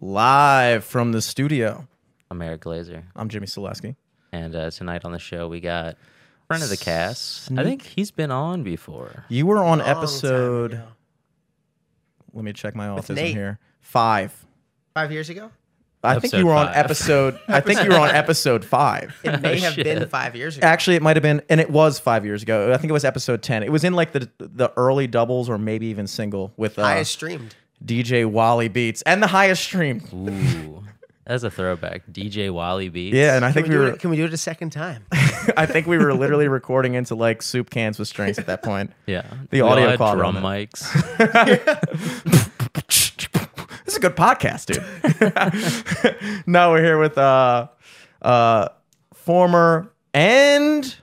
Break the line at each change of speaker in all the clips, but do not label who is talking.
live from the studio.
I'm Eric Glazer,
I'm Jimmy Selesky.
and uh, tonight on the show we got friend of the cast. I think he's been on before.
You were on
Long time
episode.
ago.
Let me check my autism
Nate.
here. Five.
five years ago.
I think you
Episode
were on
five.
episode. I think you were on episode five.
It may
Oh,
have been
shit.
five years ago.
Actually, it might have been, and it was five years ago. I think it was episode ten. It was in like the the early doubles or maybe even single with uh,
Highest streamed.
DJ Wally Beats and the highest stream.
Ooh, that's a throwback. DJ Wally Beats.
Yeah, and I
Can
think
we,
we
do
were.
it, can we do it a second time?
I think we were literally recording into like soup cans with strings at that point.
yeah.
The
We all
audio
had
quality
drum
on
mics.
this is a good podcast, dude. no, we're here with uh, uh, former and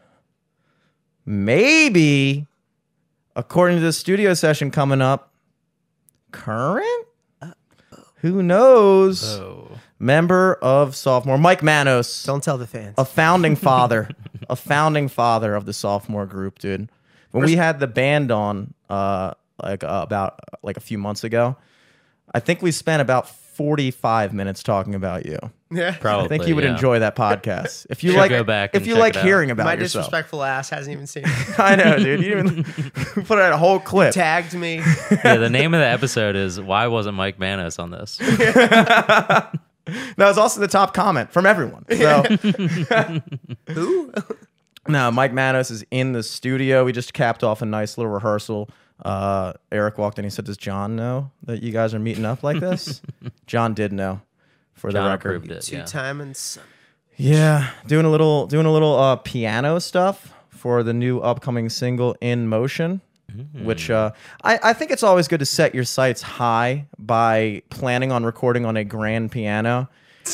maybe, according to the studio session coming up, current. Who knows?
oh,
Member of sophomore Mike Manos,
Don't tell the fans.
a founding father, a founding father of the sophomore group, dude. When we had the band on, uh, like uh, about uh, like a few months ago, I think we spent about forty-five minutes talking about you.
yeah.
probably.
I think you would
yeah.
enjoy that podcast if you
Should
like.
go back
if
and
you
check
like
it out.
hearing about
My
yourself.
disrespectful ass hasn't even seen it.
I know, dude. You even put out a whole clip.
Tagged me.
yeah, the name of the episode is "Why Wasn't Mike Manos on this?"
That was also the top comment from everyone. So.
Who?
No, Mike Manos is in the studio. We just capped off a nice little rehearsal. Uh, Eric walked in. He said, "Does John know that you guys are meeting up like this?" John did know, for the
John
record.
approved it.
Two
Yeah.
time and son.
Yeah, doing a little, doing a little uh, piano stuff for the new upcoming single "In Motion,"
Mm-hmm.
which uh, I, I think it's always good to set your sights high by planning on recording on a grand piano.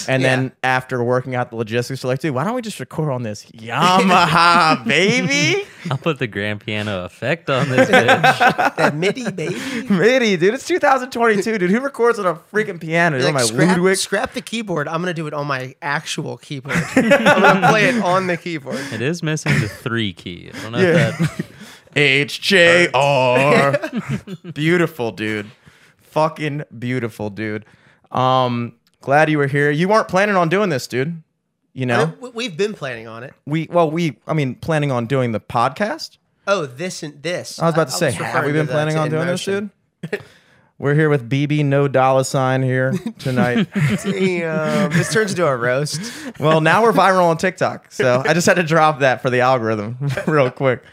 And
Yeah.
then after working out the logistics, you're like, dude, why don't we just record on this Yamaha, baby?
I'll put the grand piano effect on this bitch.
That MIDI baby.
MIDI, dude. It's 2022, dude. Who records on a freaking piano? Is it
Like,
my
scrap,
Ludwig?
scrap the keyboard. I'm gonna do it on my actual keyboard. I'm gonna play it on the keyboard.
It is missing the three key. I don't know
Yeah.
if that.
H J R. Beautiful, dude. Fucking beautiful, dude. Um, glad you were here. You weren't planning on doing this, dude. You know,
We- We've been planning on it.
we well, we I mean, planning on doing the podcast.
Oh, this and this.
I was about to say,
was
have
referring
we
to
been
that
planning
to
on
In
doing this,
Motion.
dude? We're here with BB No Dollar Sign here tonight.
Damn, this turns into a roast.
well, now we're viral on TikTok. So I just had to drop that for the algorithm real quick.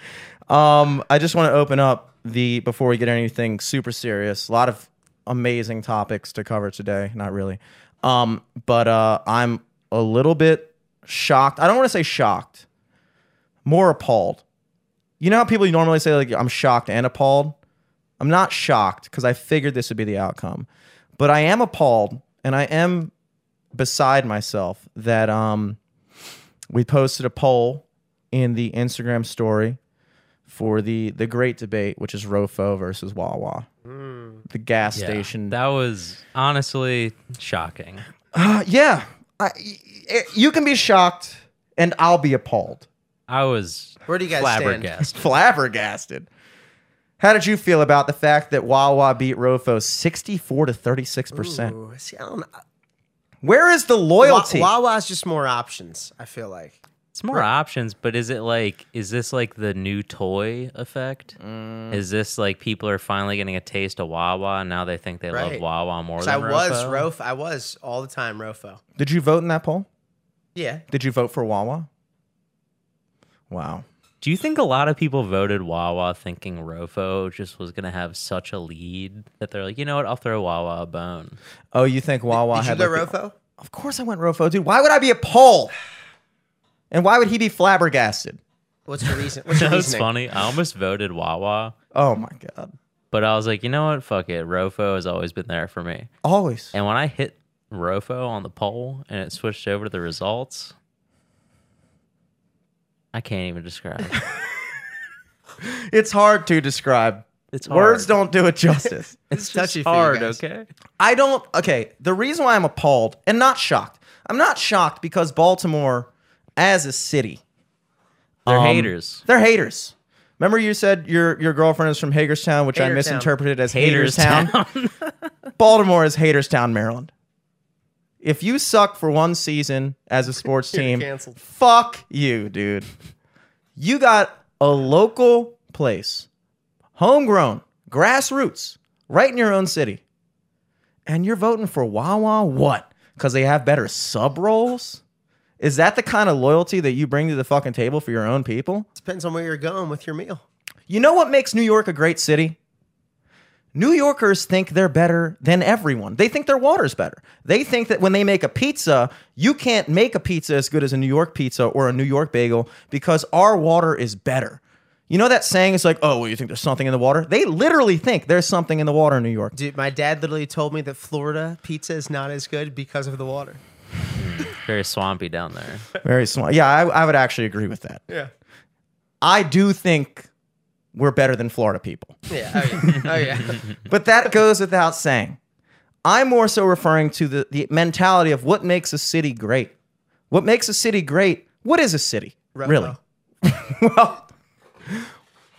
Um, I just want to open up the before we get anything super serious. A lot of amazing topics to cover today. Not really. Um, but uh, I'm a little bit shocked. I don't want to say shocked, more appalled. You know how people normally say, like, I'm shocked and appalled? I'm not shocked because I figured this would be the outcome, but I am appalled and I am beside myself that um, we posted a poll in the Instagram story for the the great debate, which is Rofo versus Wawa, the gas
Hmm. Yeah.
station.
That was honestly shocking.
Uh, yeah, I, you can be shocked, and I'll be appalled,
I was
Where do you guys stand?
flabbergasted.
flabbergasted. How did you feel about the fact that Wawa beat Rofo sixty-four to thirty-six percent?
Ooh, see, I don't know.
Where is the
Wa-
loyalty?
Wawa's just more options. I feel like
It's more options, but is it like is this like the new toy effect?
Mm.
Is this like people are finally getting a taste of Wawa and now they think they
Right.
love Wawa more
'Cause
than
I was
Rofo?
Rofo. I was all the time Rofo.
Did you vote in that poll?
Yeah,
Did you vote for Wawa? Wow.
Do you think a lot of people voted Wawa thinking Rofo just was gonna have such a lead that they're like, you know what, I'll throw Wawa a bone?
Oh, you think Wawa
did you
had
go
like the-
Rofo?
Of course I went Rofo, dude. Why would I be appalled? And why would he be flabbergasted?
What's your reason? What's your
That was
reasoning?
funny. I almost voted Wawa,
Oh my god.
but I was like, you know what, fuck it. Rofo has always been there for me.
Always.
And when I hit Rofo on the poll and it switched over to the results, I can't even describe.
It's hard to describe.
It's
Words
hard.
don't do it justice.
It's
touchy for you
hard,
guys.
okay?
I don't. Okay, the reason why I'm appalled and not shocked, I'm not shocked because Baltimore, as a city,
They're
Um,
haters.
they're haters. Remember, you said your your girlfriend is from Hagerstown, which I
Hagerstown.
misinterpreted as
Haters
Hagerstown.
town.
Baltimore is Hagerstown, Maryland. If you suck for one season as a sports
You're
team,
canceled.
fuck you, dude. You got a local place, homegrown, grassroots, right in your own city. And you're voting for Wawa what? Because they have better sub rolls? Is that the kind of loyalty that you bring to the fucking table for your own people?
Depends on where you're going with your meal.
You know what makes New York a great city? New Yorkers think they're better than everyone. They think their water's better. They think that when they make a pizza, you can't make a pizza as good as a New York pizza or a New York bagel because our water is better. You know that saying is like, oh, well, you think there's something in the water? They literally think there's something in the water in New York.
Dude, my dad literally told me that Florida pizza is not as good because of the water.
Very swampy down there.
Very small. Yeah, I, I would actually agree with that.
Yeah.
I do think we're better than Florida people.
Yeah. Oh yeah. Oh, yeah.
but that goes without saying. I'm more so referring to the, the mentality of what makes a city great. What makes a city great? What is a city?
Rep
really?
Mo.
well,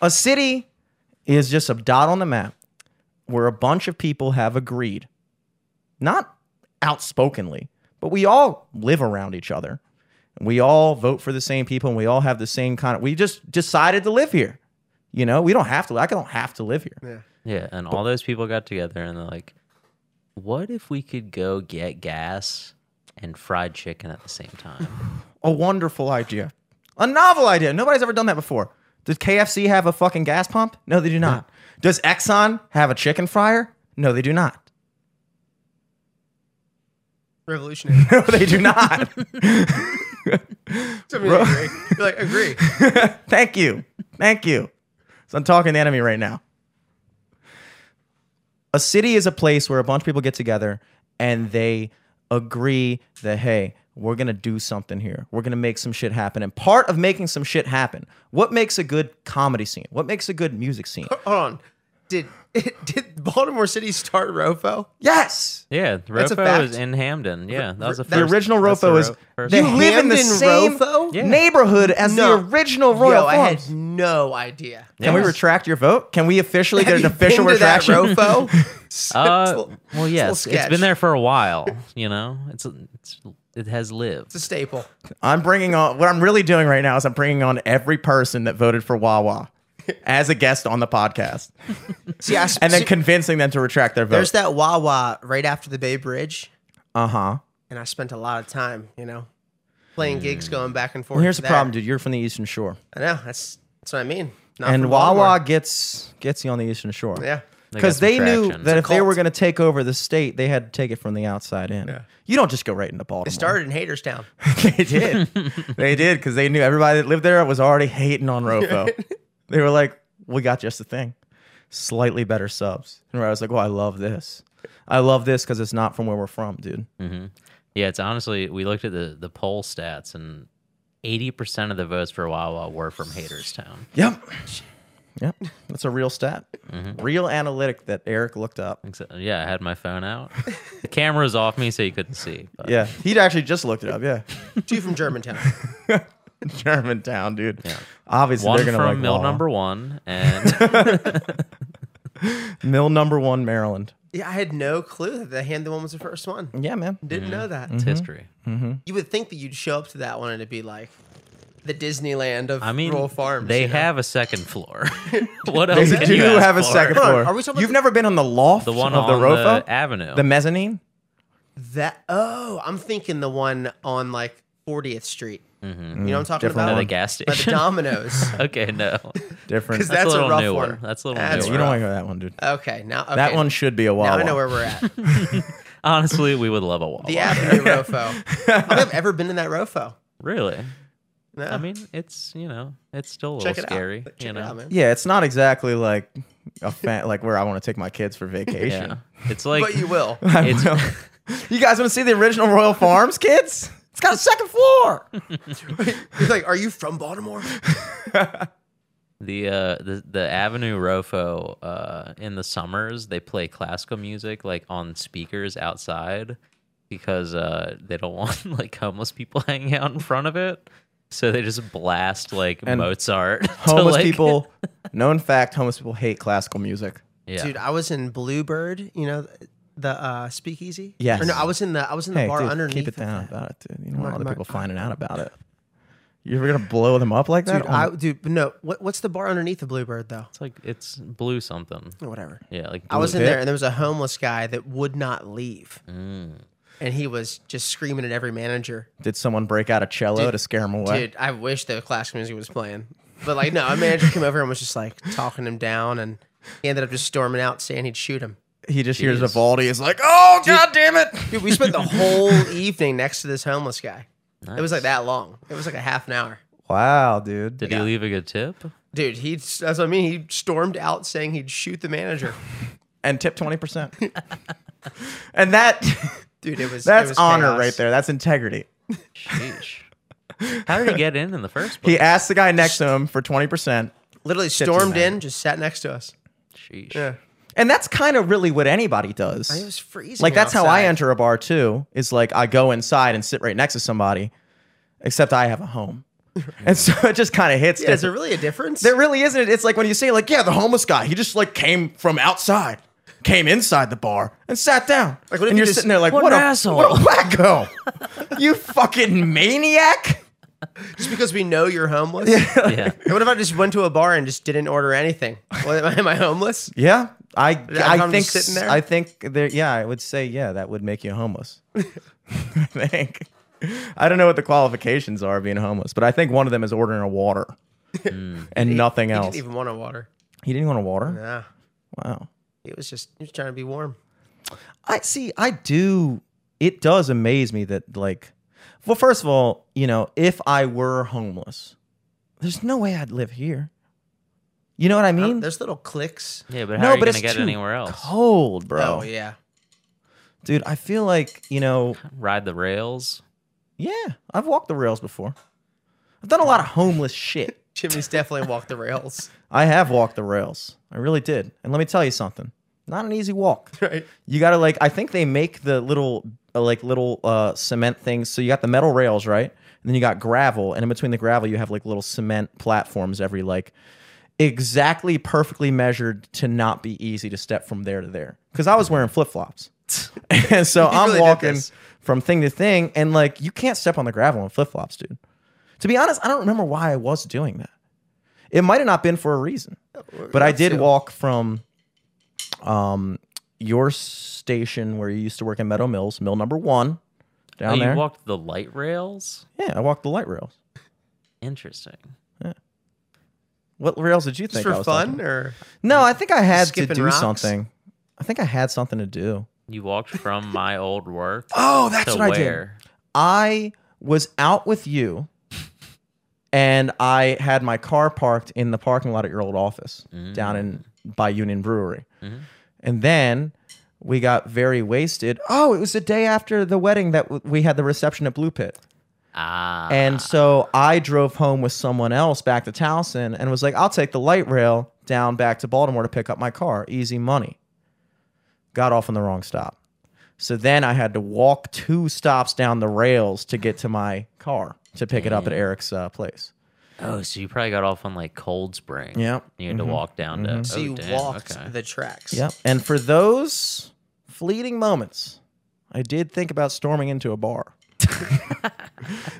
a city is just a dot on the map where a bunch of people have agreed, not outspokenly, but we all live around each other. We all vote for the same people and we all have the same kind of, we just decided to live here. You know, we don't have to, I don't have to live here.
yeah.
Yeah, and all those people got together and they're like, "What if we could go get gas and fried chicken at the same time?"
a wonderful idea. A novel idea. Nobody's ever done that before. Does KFC have a fucking gas pump? No, they do not. Does Exxon have a chicken fryer? No, they do not.
Revolutionary.
No, they do not.
I mean, agree. You're like agree.
Thank you. Thank you. So I'm talking to enemy right now. A city is a place where a bunch of people get together and they agree that, hey, we're going to do something here. We're going to make some shit happen. And part of making some shit happen, what makes a good comedy scene? What makes a good music scene?
Hold on. Did did Baltimore City start Rofo?
Yes.
Yeah,
a
Rofo was
fact.
in Hamden. Yeah, that was the
The
first.
original
that's the
Rofo is
ro- first
you
one.
live in the
Hamden
same
Rofo? Yeah.
neighborhood as
No.
the original
Yo,
Royal
I
Farms.
had no idea.
Can we
Yes.
retract your vote? Can we officially get an
Have you
official
been to that
retraction?
Rofo? It's a
Uh,
little- it's a
well,
little
yes, it's
sketch.
been there for a while. You know, it's, it's it has lived.
It's a staple.
I'm bringing on what I'm really doing right now is I'm bringing on every person that voted for Wawa as a guest on the podcast,
See, I,
and then
see,
convincing them to retract their
there's
vote.
that Wawa right after the Bay Bridge,
Uh huh.
and I spent a lot of time, you know, playing gigs, going back and forth.
Hmm. Here's
to
the
that.
problem, dude. You're from the Eastern Shore,
I know that's that's what I mean. Not
and
from
Wawa
Baltimore.
gets gets you on the Eastern Shore.
They
Yeah.
got
because
some
they knew
traction.
that if they
cult.
were going to take over the state, they had to take it from the outside in. You don't just go right into Baltimore.
It started in Haterstown.
they did. they did because they knew everybody that lived there was already hating on Rofo. they were like, "We got just the thing, slightly better subs." And I was like, "Oh, I love this. I love this because it's not from where we're from, dude."
Mm-hmm. Yeah, it's honestly we looked at the the poll stats and eighty percent of the votes for Wawa were from Haterstown.
Yep. Yep. That's a real stat,
Mm-hmm.
real analytic that Eric looked up.
Except, yeah, I had my phone out. the camera was off me, so you couldn't see. But
Yeah, he'd actually just looked it up. Yeah,
Two from Germantown.
Germantown, dude. Obviously,
one
they're gonna
from
like
mill
Wawa.
number one, and
mill number one, Maryland.
Yeah, I had no clue that the hand the one was the first one.
Yeah, man.
Mm-hmm.
Didn't know that.
Mm-hmm.
it's history.
You would think that you'd show up to that one and it'd be like the Disneyland of
I mean,
rural farms.
they
you know?
have a second floor. what
They
else? can
do
you ask
have a
for?
second
Hold on,
floor.
are we talking about
You've
the-
never been on the loft
The one
of
on
the Rofa,
the avenue.
the mezzanine.
that. Oh, I'm thinking the one on like 40th Street.
Mm-hmm.
You know what I'm talking
Different
by the
about?
one.
gas
By the
station.
Domino's.
okay, no,
Different.
Because that's a,
little
rough
newer.
one.
That's a little
That's
you
newer.
don't want to go to that one, dude.
Okay, now okay,
That one should be a Wawa.
Now I know where we're at.
honestly, we would love a Wawa.
The Avenue Rofo. I don't think I've ever been in that Rofo.
Really?
No.
I mean, it's you know, it's still a little
check it
scary.
out. Check
you know,
it out, man.
Yeah, it's not exactly like a fan, like where I want to take my kids for
yeah,
vacation.
it's like
But you will.
it's
you guys want to see the original Royal Farms, kids? It's got a second floor.
He's like, are you from Baltimore?
the uh the the Avenue Rofo uh in the summers they play classical music like on speakers outside because uh they don't want like homeless people hanging out in front of it. So they just blast like
And
Mozart. to,
Homeless
like-
people, known fact, homeless people hate classical music.
Yeah.
Dude, I was in Bluebird, you know, the uh, speakeasy?
Yes.
Or no, I was in the I was in the
Hey,
bar
dude,
underneath.
keep it
of
down
that.
about it, dude. You don't want
not-
other
I'm not-
people finding out about it. You're gonna blow them up like that?
Dude,
Oh,
I, dude, but no. What, what's the bar underneath the Bluebird though?
It's like it's blue something.
Whatever.
Yeah, like
Oh. I was in
Bit?
there, and there was a homeless guy that would not leave,
Mm.
and he was just screaming at every manager.
Did someone break out a cello
Dude,
to scare him away?
Dude, I wish the classical music was playing, but like, no. A manager came over and was just like talking him down, and he ended up just storming out, saying he'd shoot him.
he just hears
Jeez.
Vivaldi. He's like, "Oh god damn it!"
Dude, we spent the whole evening next to this homeless guy. It was like that long. It was like a half an hour.
Wow, dude.
Did he leave a good tip?
Dude, he that's what I mean. He stormed out saying he'd shoot the manager.
and tip twenty percent. and that
Dude, it was it
that's
was
honor
chaos.
right there. That's integrity.
Sheesh. How did he get in in the first place?
He asked the guy next to him for twenty percent.
Literally
the
stormed in,
manager.
just sat next to us.
Sheesh.
And that's kind of really what anybody does.
It was freezing.
like that's how I
outside.
enter a bar too. Is like I go inside and sit right next to somebody, except I have a home, and so it just kind of hits.
Yeah, is there
different.
really a difference?
there really isn't. It's like when you say like, yeah, the homeless guy, he just like came from outside, came inside the bar and sat down.
Like, what if
and
you
you're
just-
sitting there like,
what
what,
an
a,
asshole."
what a wacko, you fucking maniac.
just because we know you're homeless. Yeah.
Yeah.
What if I just went to a bar and just didn't order anything? Well, am, I, am I homeless?
Yeah, I
I'm
I
just
think
sitting there?
I think there. Yeah, I would say yeah, that would make you homeless. I think. I don't know what the qualifications are of being homeless, but I think one of them is ordering a water
Hmm.
and nothing
He
else.
didn't even want a water.
he didn't want a water.
Nah.
Wow.
He was just he was trying to be warm.
I see. I do. It does amaze me that like, well, first of all, you know, if I were homeless, there's no way I'd live here. You know what I
I don't-
mean?
there's little clicks.
Yeah, but how
no,
are you
but
gonna
it's
get
too
anywhere else?
cold, bro.
Oh yeah.
Dude, I feel like you know.
Ride the rails.
Yeah, I've walked the rails before. I've done a lot of homeless shit.
Jimmy's definitely walked the rails.
I have walked the rails. I really did. And let me tell you something. Not an easy walk.
Right.
You got to like I think they make the little uh, like little uh cement things. So you got the metal rails, right? And then you got gravel, and in between the gravel you have like little cement platforms every like exactly perfectly measured to not be easy to step from there to there. Cuz I was wearing flip-flops. and so I'm
really did
walking
this.
from thing to thing and like you can't step on the gravel in flip-flops, dude. To be honest, I don't remember why I was doing that. It might have not been for a reason. But I did
to.
walk from um your station where you used to work in Meadow Mills, mill number one,
Oh,
down
you
there.
walked the light rails.
yeah, I walked the light rails.
Interesting.
What rails did you
Just
think I
for
was
fun
talking-
or
No, I think I had to
Skipping
do
rocks?
something. I think I had something to do.
You walked from my old work
Oh, that's
to
what
where?
I did. I was out with you and I had my car parked in the parking lot at your old office down in by Union Brewery. And then we got very wasted. Oh, it was the day after the wedding that w- we had the reception at Blue Pit.
Ah.
And so I drove home with someone else back to Towson and was like, I'll take the light rail down back to Baltimore to pick up my car. Easy money. Got off on the wrong stop. So then I had to walk two stops down the rails to get to my car to pick it up at Eric's uh, place.
oh, so you probably got off on like Cold Spring.
Yep. Mm-hmm.
You had to walk down to.
so
oh,
you
damn,
walked
okay.
the tracks.
Yep. And for those fleeting moments, I did think about storming into a bar.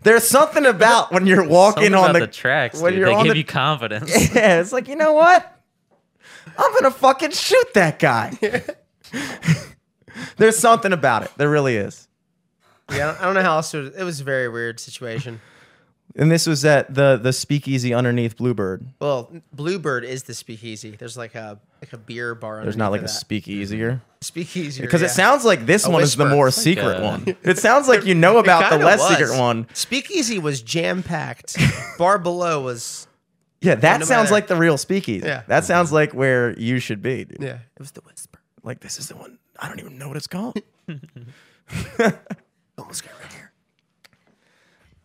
There's something about when you're walking
Something
on
about
the,
the, tracks.
when
dude.
you're
They
on
give
the-
you confidence.
Yeah, it's like, you know what? I'm gonna fucking shoot that guy. There's something about it. There really is.
Yeah, I don't know how else to, it was a very weird situation.
And this was at the the speakeasy underneath Bluebird.
Well, Bluebird is the speakeasy. There's like a like a beer bar.
There's not like a
underneath of
speakeasier.
that. speakeasy
Because it sounds like this one is the
whisper.
more
It's
like
secret
a-
one. It sounds like you know about the less secret one.
Speakeasy was jam packed. bar below was
Yeah, that
no
sounds
matter.
like the real speakeasy.
Yeah.
That sounds like where you should be, dude.
yeah. It was the whisper.
Like this is the one I don't even know what it's called.
Almost got right here.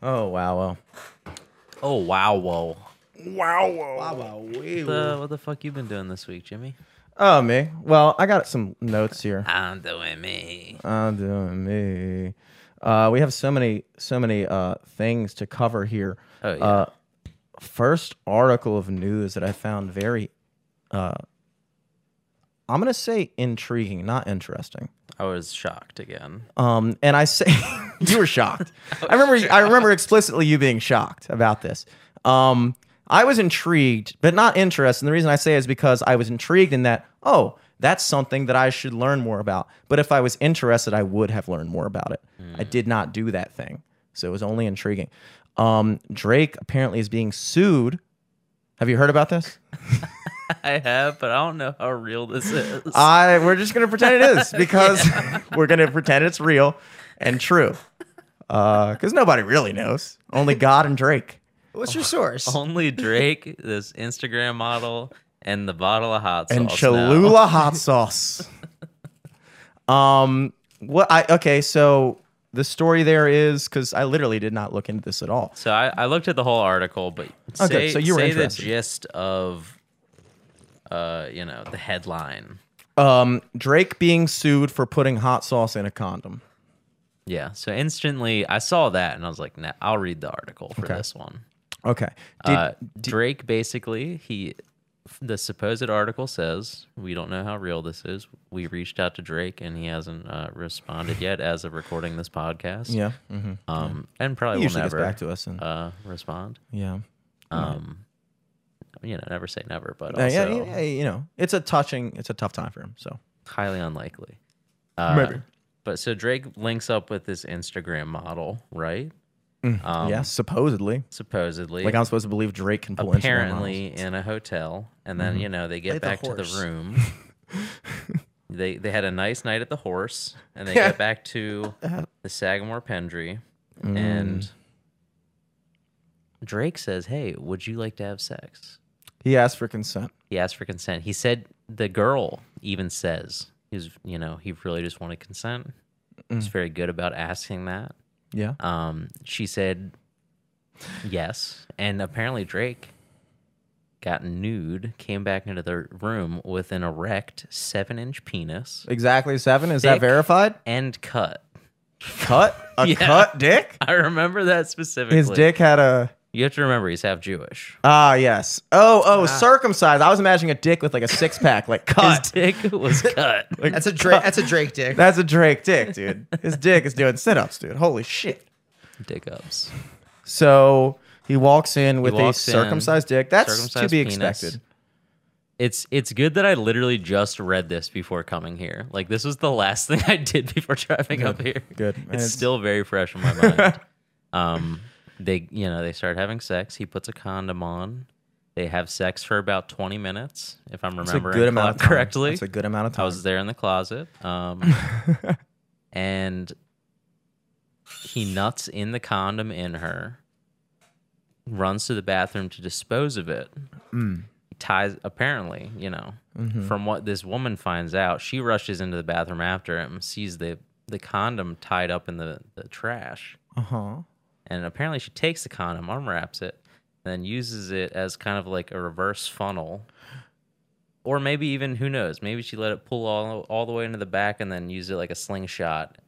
oh wow, wow.
Oh wow, whoa.
Wow, wow, wee, wee.
The, what the fuck you been doing this week, Jimmy?
Oh me. Well, I got some notes here.
I'm doing me.
I'm doing me. Uh, we have so many, so many uh, things to cover here.
Oh, yeah.
Uh, first article of news that I found very uh, I'm gonna say intriguing, not interesting.
I was shocked again.
Um, and I say you were shocked. I remember I remember explicitly you being shocked about this. Um, I was intrigued, but not interested. And the reason I say is because I was intrigued in that, oh, that's something that I should learn more about. But if I was interested, I would have learned more about it. I did not do that thing. So it was only intriguing. Um, Drake apparently is being sued. Have you heard about this?
I have, but I don't know how real this is.
I we're just gonna pretend it is because we're gonna pretend it's real and true. Because nobody really knows, only God and Drake.
What's your source?
Oh,
Only Drake, this Instagram model, and the bottle of hot sauce.
and
now.
Cholula hot sauce. um, what I okay, so the story there is because I literally did not look into this at all.
So I, I looked at the whole article, but
Oh,
say,
good. So you were
say the
interested.
gist of, uh, you know, the headline.
Um, Drake being sued for putting hot sauce in a condom.
Yeah. So instantly, I saw that and I was like, nah, I'll read the article for this one.
Okay, did,
uh, Drake basically he the supposed article says we don't know how real this is. We reached out to Drake and he hasn't uh, responded yet as of recording this podcast.
yeah, mhm.
Um, and
he
probably will
usually
never
gets back to us and
uh respond.
yeah.
Um, you know, never say never, but
Uh,
also
yeah, yeah, yeah, you know, it's a touching, it's a tough time for him. So
highly unlikely. Uh,
Maybe.
But so Drake links up with this Instagram model, right? Um,
Mm. yeah, supposedly,
Supposedly.
like I'm supposed to believe Drake can pull Instagram models.
apparently in a hotel and then you know they get
Like the
back to the
horse.
room they they had a nice night at the horse and they get back to
Uh-huh.
the sagamore pendry and drake says hey would you like to have sex
He asked for consent.
he asked for consent he said the girl even says he's you know he really just wanted consent he's very good about asking that
Yeah.
um, she said yes, and apparently Drake got nude, came back into the room with an erect seven-inch penis
Exactly seven. Is that
Dick.
verified?
and cut.
Cut? A
Yeah.
cut dick?
I remember that specifically.
His dick had a
You have to remember he's half Jewish.
ah yes. Oh oh circumcised. I was imagining a dick with like a six pack. Like
Ah. His
cut.
dick was cut.
That's a Drake. That's a Drake dick.
That's a Drake dick, dude. His dick is doing sit ups, dude. Holy shit.
dick ups.
So he walks in with
walks
a
in,
circumcised dick. That's to
circumcised
be
penis.
expected.
It's it's good that I literally just read this before coming here. Like this was the last thing I did before driving up here.
good. And
It's,
it's-
still very fresh in my mind. um, they you know they start having sex. He puts a condom on. They have sex for about twenty minutes, if I'm
It's a
remembering
good amount of time.
correctly.
It's a good amount of
I
time.
was there in the closet. Um, and he nuts in the condom in her, runs to the bathroom to dispose of it.
Mm.
He ties, apparently, you know,
Mm-hmm.
from what this woman finds out, she rushes into the bathroom after him, sees the, the condom tied up in the, the trash.
uh huh.
And apparently, she takes the condom, unwraps it, and then uses it as kind of like a reverse funnel. Or maybe even, who knows, maybe she let it pull all, all the way into the back and then used it like a slingshot,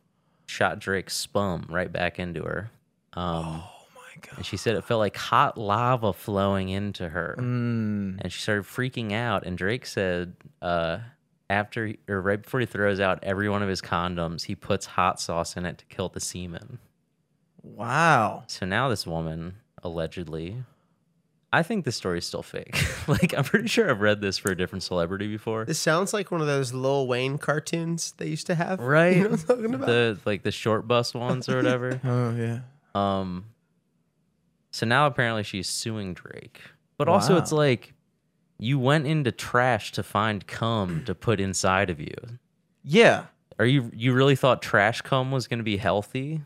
shot Drake's spum right back into her. Um,
Oh my god.
and she said it felt like hot lava flowing into her.
Mm.
And she started freaking out. And Drake said, uh, after he- or right before he throws out every one of his condoms, he puts hot sauce in it to kill the semen.
Wow.
So now this woman allegedly, I think this story is still fake. like I'm pretty sure I've read this for a different celebrity before,
This sounds like one of those Lil Wayne cartoons they used to have.
right?
You know what I'm talking about?
The like the short bus ones or whatever.
Oh yeah.
um, so now apparently she's suing Drake, but also it's
Wow.
like you went into trash to find cum to put inside of you.
Yeah.
Are you you really thought trash cum was going to be healthy?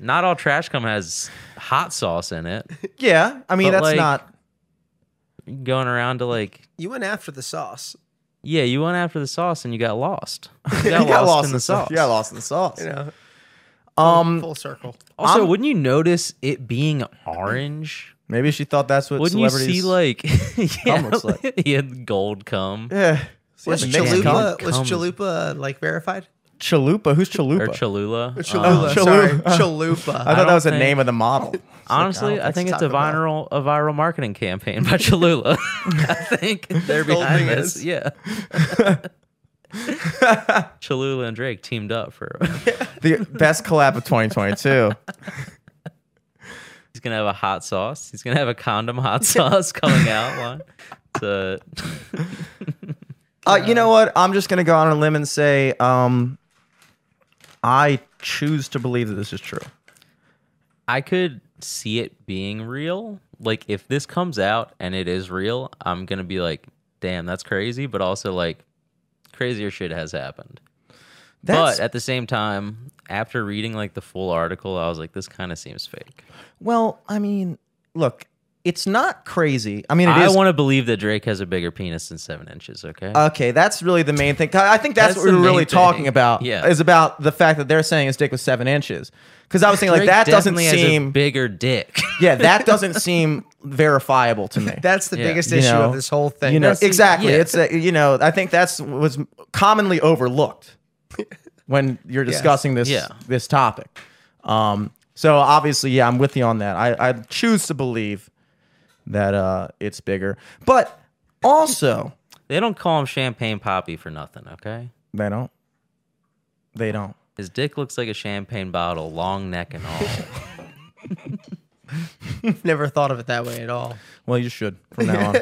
Not all trash cum has hot sauce in it.
Yeah. I mean
But,
that's
like,
not
Going around to like
you went after the sauce.
Yeah, you went after the sauce and you got lost. You got,
You got lost in the
sauce.
sauce. You got lost in the sauce.
You know,
Um,
full circle.
Also,
I'm-
wouldn't you notice it being orange?
Maybe she thought that's what
Wouldn't you
celebrities.
see like yeah,
looks like?
he had gold cum?
yeah. See,
Was
it's mixed
Chalupa-
cum.
Chalupa was
Comes.
Chalupa like verified?
Chalupa. Who's
or
Chalupa?
Cholula. Um,
Cholula.
Oh,
sorry,
Chalupa.
Chalupa.
I thought that was the
think-
name of the model. It's like,
honestly,
don't
I think it's
it's
a viral
Taco
a viral marketing campaign by Cholula. I think they're
the whole
behind
thing
this.
is.
Yeah. Cholula and Drake teamed up for.
the best collab of 2022.
He's gonna have a hot sauce. He's gonna have a condom hot sauce coming out. One. It's a-
Uh, you know what? I'm just gonna go on a limb and say, um, I choose to believe that this is true.
I could see it being real. Like if this comes out and it is real, I'm gonna be like, "Damn, that's crazy," but also like, crazier shit has happened.
That's
but at the same time, after reading like the full article, I was like, "This kind of seems fake."
well, I mean, look, it's not crazy. I mean, it
I
is. Uh,
want to believe that Drake has a bigger penis than seven inches. Okay.
okay, that's really the main thing. I I think that's,
That's
what
the
we were really
main
talking
thing.
about.
Yeah.
is about the fact that they're saying his dick was seven inches. Because I was thinking like
Drake
that doesn't
definitely has a
seem.
bigger dick.
yeah, that doesn't seem verifiable to me.
That's the
Yeah.
biggest
You
issue
know,
of this whole thing.
you know
That's the-
exactly
yeah.
it's a, you know i think that's what was commonly overlooked when you're discussing this
Yeah.
this topic um so obviously yeah i'm with you on that i i choose to believe that uh it's bigger but also
they don't call him Champagne Poppy for nothing. Okay.
they don't they don't
His dick looks like a champagne bottle, long neck and all.
never thought of it that way at all.
Well, you should from now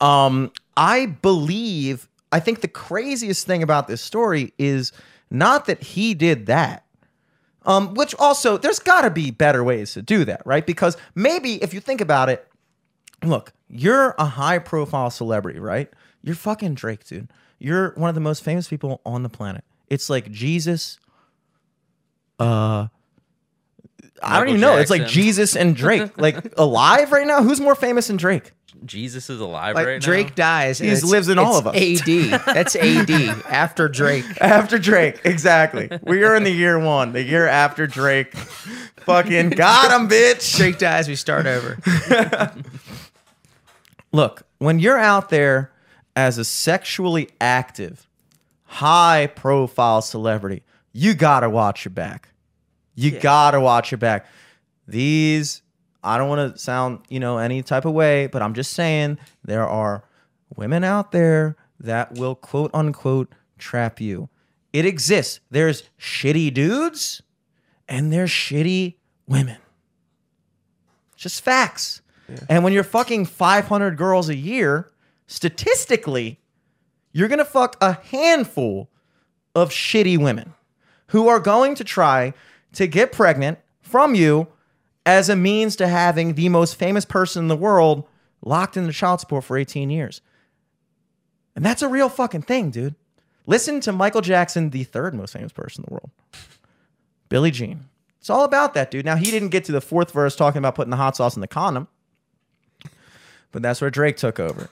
on. um, I believe, I think the craziest thing about this story is not that he did that. Um, which also, there's got to be better ways to do that, right? Because maybe if you think about it, look, you're a high profile celebrity, right? You're fucking Drake, dude. You're one of the most famous people on the planet. It's like Jesus. Uh, I don't
Michael
even know. It's like
Jackson.
Jesus and Drake, like alive right now. Who's more famous than Drake?
Jesus is alive
Like
right
Drake
now.
dies. and
He
it's-
lives in all of
it's
us.
AD. That's AD after Drake.
After Drake, exactly. We are in the year one, the year after Drake. Fucking got him, bitch.
Drake dies. We start over.
Look, when you're out there as a sexually active, high profile celebrity, you gotta watch your back. You gotta watch your back. These, I don't wanna sound, you know, any type of way, but I'm just saying there are women out there that will quote unquote trap you. It exists. There's shitty dudes and there's shitty women. Just facts. And when you're fucking 500 girls a year, statistically, you're going to fuck a handful of shitty women who are going to try to get pregnant from you as a means to having the most famous person in the world locked into child support for 18 years. And that's a real fucking thing, dude. Listen to Michael Jackson, the third most famous person in the world, Billie Jean. It's all about that, dude. Now, he didn't get to the fourth verse talking about putting the hot sauce in the condom but that's where Drake took over.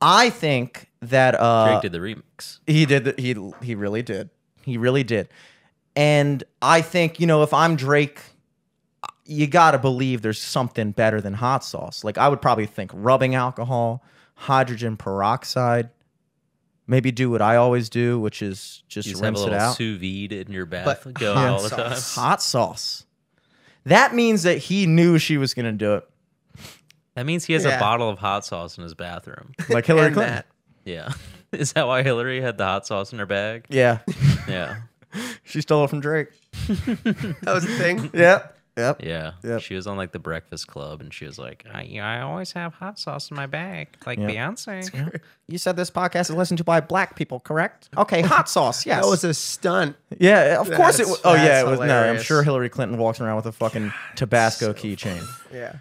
I think that uh,
Drake did the remix.
he did. The, he he really did. He really did. And I think you know if I'm Drake, you gotta believe there's something better than hot sauce. Like I would probably think rubbing alcohol, hydrogen peroxide. Maybe do what I always do, which is just
You just have a
rinse it
little
out.
sous vide in your bath
But
going
hot
all the time.
sauce.
Hot sauce. That means that he knew she was gonna do it,
That means he has a
Yeah.
bottle of hot sauce in his bathroom.
like Hillary
And
Clinton.
that.
Yeah. Is that why Hillary had the hot sauce in her bag?
Yeah,
Yeah.
she stole it from Drake.
That was the thing.
Yep. Yep.
Yeah.
Yep.
She was on like the Breakfast Club and she was like, I, you know, I always have hot sauce in my bag, like
Yeah.
Beyonce.
You said this podcast is listened to by black people, correct? Okay, hot sauce. Yes.
That was a stunt.
yeah, of course it
That's-
was. Oh yeah, it
that's
was. No, I'm
hilarious.
sure Hillary Clinton walks around with a fucking Tabasco keychain.
Yeah.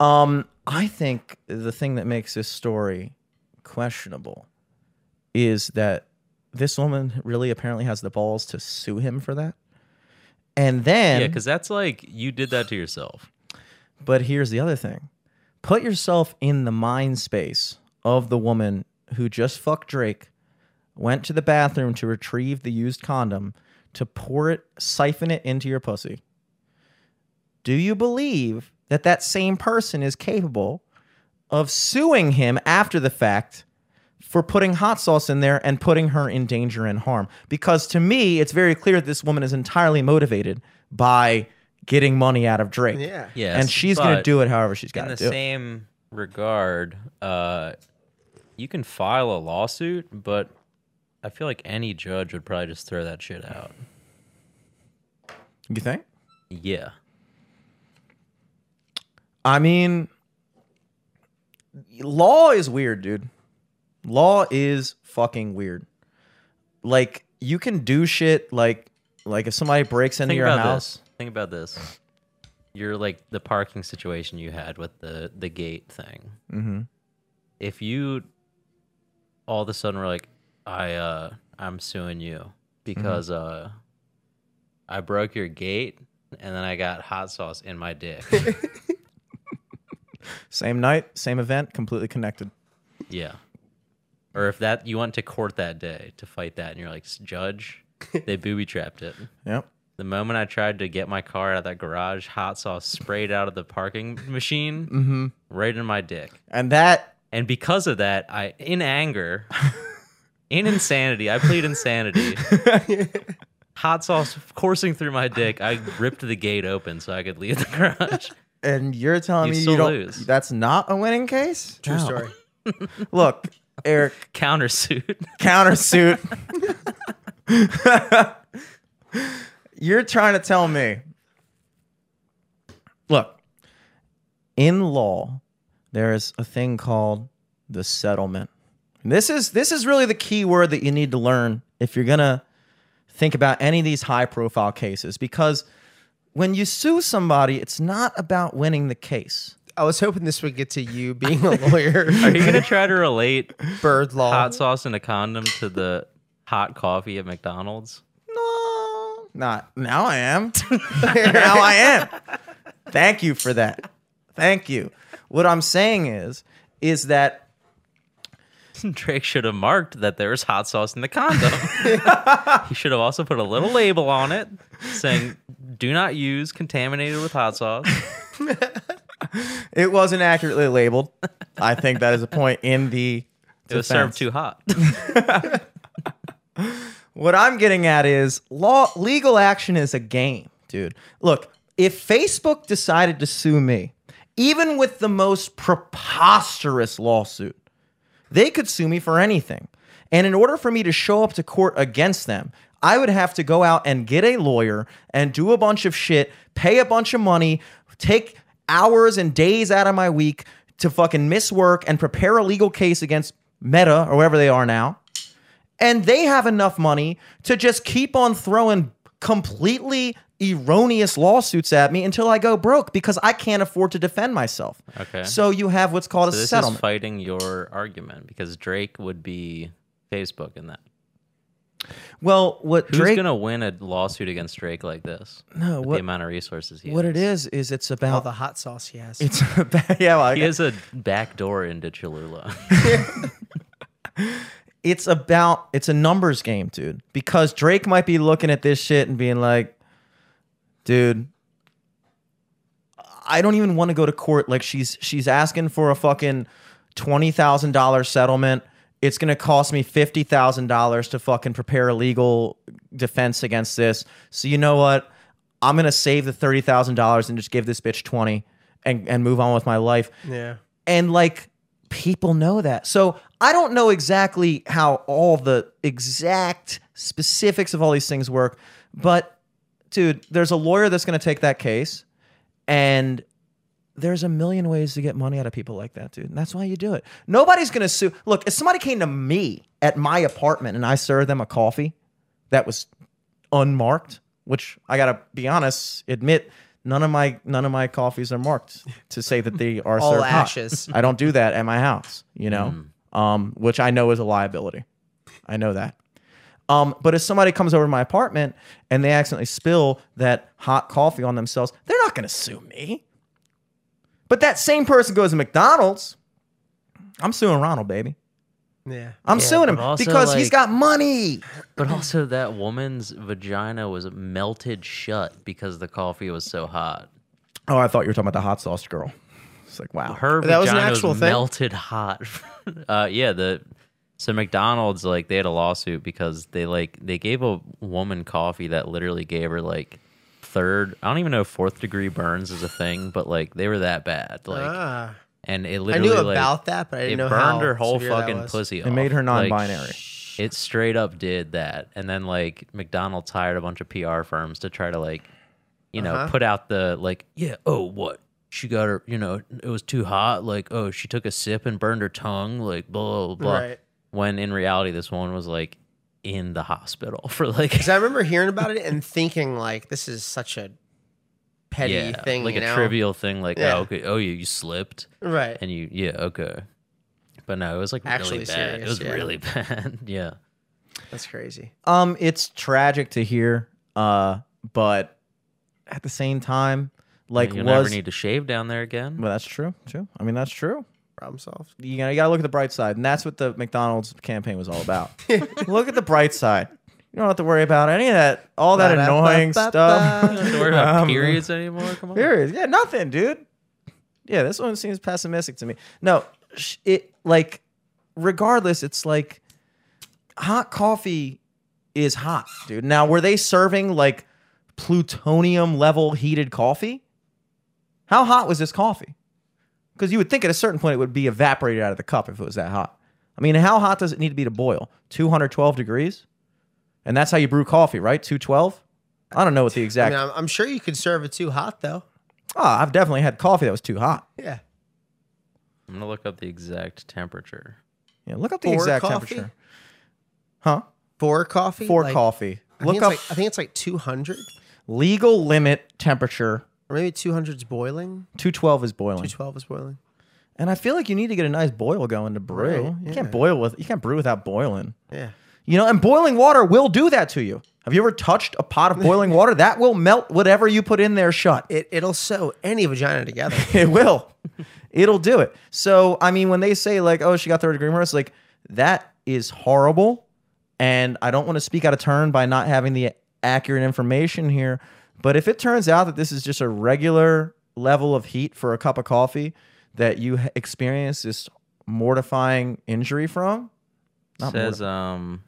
Um, I think the thing that makes this story questionable is that this woman really apparently has the balls to sue him for that. And then
Yeah, because that's like, you did that to yourself.
But here's the other thing put yourself in the mind space of the woman who just fucked Drake, went to the bathroom to retrieve the used condom, to pour it, siphon it into your pussy. Do you believe that that same person is capable of suing him after the fact for putting hot sauce in there and putting her in danger and harm. Because to me, it's very clear that this woman is entirely motivated by getting money out of Drake.
Yeah.
Yes,
and she's going to
but
do it however she's
in
got to
the
do. it.
same regard, uh, you can file a lawsuit, but I feel like any judge would probably just throw that shit out.
you think?
Yeah.
I mean, law is weird, dude. Law is fucking weird. Like you can do shit like like if somebody breaks into
Think
your
about
house.
this. Think about this. You're like the parking situation you had with the the gate thing.
Mm-hmm.
If you all of a sudden were like, I uh I'm suing you because
Mm-hmm.
uh I broke your gate and then I got hot sauce in my dick.
Same night, same event, completely connected.
yeah. Or if that you went to court that day to fight that and you're like, judge, they booby trapped it.
Yep.
The moment I tried to get my car out of that garage, hot sauce sprayed out of the parking machine right in my dick.
And that
And because of that, I, in anger, in insanity, I plead insanity. Hot sauce coursing through my dick. I ripped the gate open so I could leave the garage.
and you're telling
You
me
still
you don't
lose.
that's not a winning case?
True
No.
story.
Look, Eric,
Countersuit.
countersuit. You're trying to tell me. Look, in law, there is a thing called the settlement. And this is this is really the key word that you need to learn if you're gonna think about any of these high profile cases because when you sue somebody, it's not about winning the case.
I was hoping this would get to you being a lawyer.
Are you gonna try to relate
bird law?
hot sauce in a condom to the hot coffee at McDonald's?
No, not now. I am now. I am. Thank you for that. Thank you. What I'm saying is, is that
Drake should have marked that there was hot sauce in the condom. he should have also put a little label on it saying, "Do not use contaminated with hot sauce."
it wasn't accurately labeled. I think that is a point in the.
It was
defense.
served too hot.
What I'm getting at is law legal action is a game, dude. Look, if Facebook decided to sue me, even with the most preposterous lawsuit, they could sue me for anything. And in order for me to show up to court against them, I would have to go out and get a lawyer and do a bunch of shit, pay a bunch of money, take hours and days out of my week to fucking miss work and prepare a legal case against Meta or wherever they are now and they have enough money to just keep on throwing completely erroneous lawsuits at me until I go broke because I can't afford to defend myself.
Okay.
So you have what's called a
this is
settlement.
fighting your argument because Drake would be Facebook in that.
well, what
Who's
Drake
gonna win a lawsuit against Drake like this?
No,
with
what-
the amount of resources he
what
has.
it is is it's
all
about
the hot sauce he has.
it's about, yeah, well, I
He
got-
has a back door into Cholula.
it's about it's a numbers game, dude. Because Drake might be looking at this shit and being like, dude, I don't even want to go to court. Like she's she's asking for a fucking twenty thousand dollar settlement. It's gonna cost me fifty thousand dollars to fucking prepare a legal defense against this. So you know what? I'm gonna save the thirty thousand dollars and just give this bitch twenty and, and move on with my life
yeah.
and like people know that so i don't know exactly how all the exact specifics of all these things work but dude there's a lawyer that's going to take that case and there's a million ways to get money out of people like that dude and that's why you do it nobody's going to sue look if somebody came to me at my apartment and i served them a coffee that was unmarked which i gotta be honest admit none of my none of my coffees are marked to say that they are
All
served hot.
ashes. Mm.
I don't do that at my house, you know, um, which I know is a liability. I know that. Um, but if somebody comes over to my apartment and they accidentally spill that hot coffee on themselves, they're not going to sue me. But that same person goes to McDonald's, I'm suing Ronald, baby.
Yeah.
I'm
Yeah,
suing him
but also,
because he's
like-
got money.
but also, that woman's vagina was melted shut because the coffee was so hot.
Oh, I thought you were talking about the hot sauce girl. It's like, wow.
Her
That was an
vagina
actual
was
thing?
melted hot. uh, yeah, the So McDonald's like they had a lawsuit because they like they gave a woman coffee that literally gave her like third I don't even know if fourth degree burns is a thing, but like they were that bad. Like
ah,
and it
I
literally
knew
like,
about that, but I
it
didn't know how
burned her whole
severe that
fucking
was.
pussy off.
It made her
Like,
non-binary.
it straight up did that. And then like McDonald's hired a bunch of PR firms to try to like, you know,
Uh-huh.
put out the like, yeah, oh what? She got her, you know, it was too hot. Like, oh, she took a sip and burned her tongue. Like, blah blah blah.
Right.
When in reality, this woman was like in the hospital for like
Because I remember hearing about it and thinking like, this is such a petty
yeah,
thing,
like
you
a
know?
trivial thing. Like,
Yeah.
oh okay, oh you, you slipped.
right?
and you yeah okay but no it was like
Actually
really bad it
serious,
was
yeah.
really bad yeah
That's crazy.
Um, it's tragic to hear, uh, but at the same time, like
you'll never
was
need to shave down there again
well, that's true, too. I mean, that's true.
Problem solved.
You gotta, you gotta look at the bright side, and that's what the McDonald's campaign was all about. look at the bright side. You don't have to worry about any of that, all that annoying
Ba-da-ba-ba-ba.
stuff.
don't have to worry about
Um,
periods anymore come on
Serious. Yeah, nothing, dude. Yeah, this one seems pessimistic to me. No, sh- it like regardless, it's like hot coffee is hot, dude. Now, were they serving like plutonium level heated coffee? How hot was this coffee? Because you would think at a certain point it would be evaporated out of the cup if it was that hot. I mean, how hot does it need to be to boil? 212 degrees? And that's how you brew coffee, right? 212? I don't know what the
I
exact
mean, I'm, I'm sure you could serve it too hot though.
Oh, I've definitely had coffee that was too hot.
Yeah.
i'm gonna look up the exact temperature
Yeah, look up the
For
exact
coffee?
temperature. Huh?
For coffee.
For
like-
coffee.
I think
Look
it's
up
like- I think it's like 200
legal limit temperature.
or maybe 200 is boiling.
212 is boiling.
212 is boiling.
And I feel like you need to get a nice boil going to brew.
Right,
You
yeah.
can't boil with you can't brew without boiling.
Yeah.
You know, and boiling water will do that to you. Have you ever touched a pot of boiling water? That will melt whatever you put in there shut.
It it'll sew any vagina together.
it will. It'll do it. So I mean, when they say like, "Oh, she got third degree murder," it's like that is horrible, and I don't want to speak out of turn by not having the accurate information here. But if it turns out that this is just a regular level of heat for a cup of coffee that you ha- experience this mortifying injury from, Not more
says um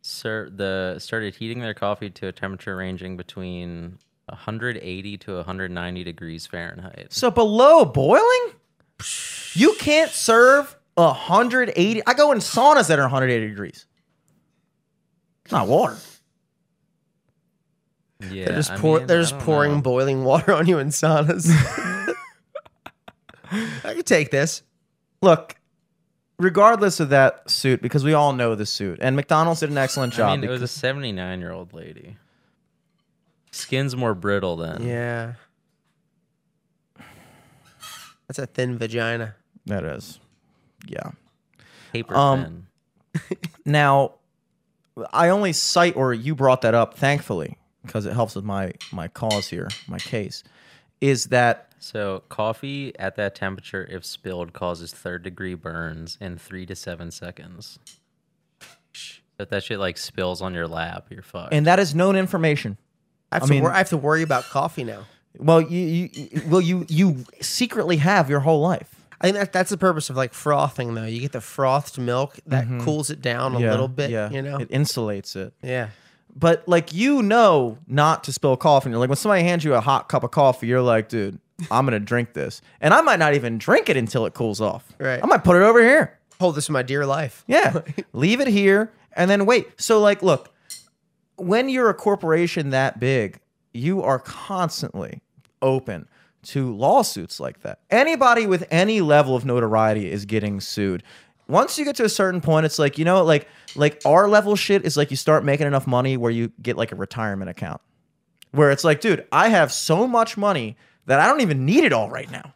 sir the started heating their coffee to a temperature ranging between 180 to 190 degrees fahrenheit
So below boiling, you can't serve 180. I go in saunas that are 180 degrees. It's not water.
yeah
they're just
I
pour,
mean,
they're
I
just
don't
pouring
know.
boiling water on you in saunas. I could take this.
Look, regardless of that suit, because we all know the suit, and McDonald's did an excellent job.
i mean it was
because-
a 79 year old lady skin's more brittle then
Yeah. That's a thin vagina.
that is, yeah.
paper
Um,
thin.
Now, I only cite or you brought that up, thankfully, because it helps with my my cause here, my case, is that
So, coffee at that temperature, if spilled, causes third degree burns in three to seven seconds. If that shit like spills on your lap, you're fucked.
and that is known information.
I have,
I
to
mean-
wor- I have to worry about coffee now.
Well, you, you you- well you you secretly have your whole life.
I think that, that's the purpose of like frothing though. You get the frothed milk that cools it down a little bit, you know?
it insulates it.
yeah.
But like you know not to spill coffee. You're like when somebody hands you a hot cup of coffee, you're like, dude, I'm gonna drink this, and I might not even drink it until it cools off.
Right.
I might put it over here.
Hold Oh, this in my dear life.
Yeah, leave it here and then wait. So like, look, when you're a corporation that big, you are constantly open to lawsuits like that. Anybody with any level of notoriety is getting sued. Once you get to a certain point, it's like, you know, like like our level shit is like you start making enough money where you get like a retirement account. Where it's like, dude, I have so much money that I don't even need it all right now.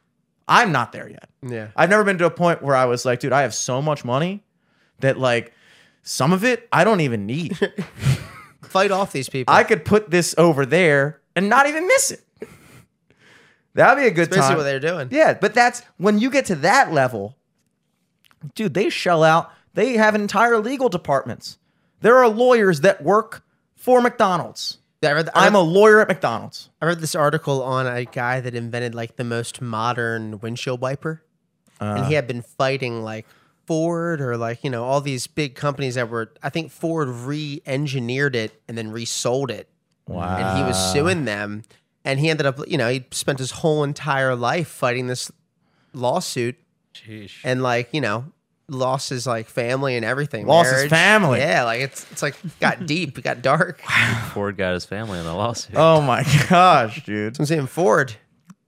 I'm not there yet.
Yeah.
I've never been to a point where I was like, dude, I have so much money that like some of it I don't even need.
Fight off these people.
I could put this over there and not even miss it. That'd be a good
Basically
time.
what they're doing.
yeah, but that's when you get to that level, dude, they shell out. They have entire legal departments. There are lawyers that work for McDonald's.
I read, I, read,
I'm a lawyer at McDonald's.
I read this article on a guy
Uh.
that invented like the most modern windshield wiper. and he had been fighting like Ford or like, you know, all these big companies that were, I think Ford re engineered it and then resold it.
Wow.
And he was suing them. And he ended up, you know, he spent his whole entire life fighting this lawsuit
Sheesh.
and like, you know, lost his like family and everything.
Lost his
marriage.
family.
Yeah. Like it's, it's like got deep, it got dark.
Ford got his family in the lawsuit.
Oh my gosh, dude.
I'm saying Ford,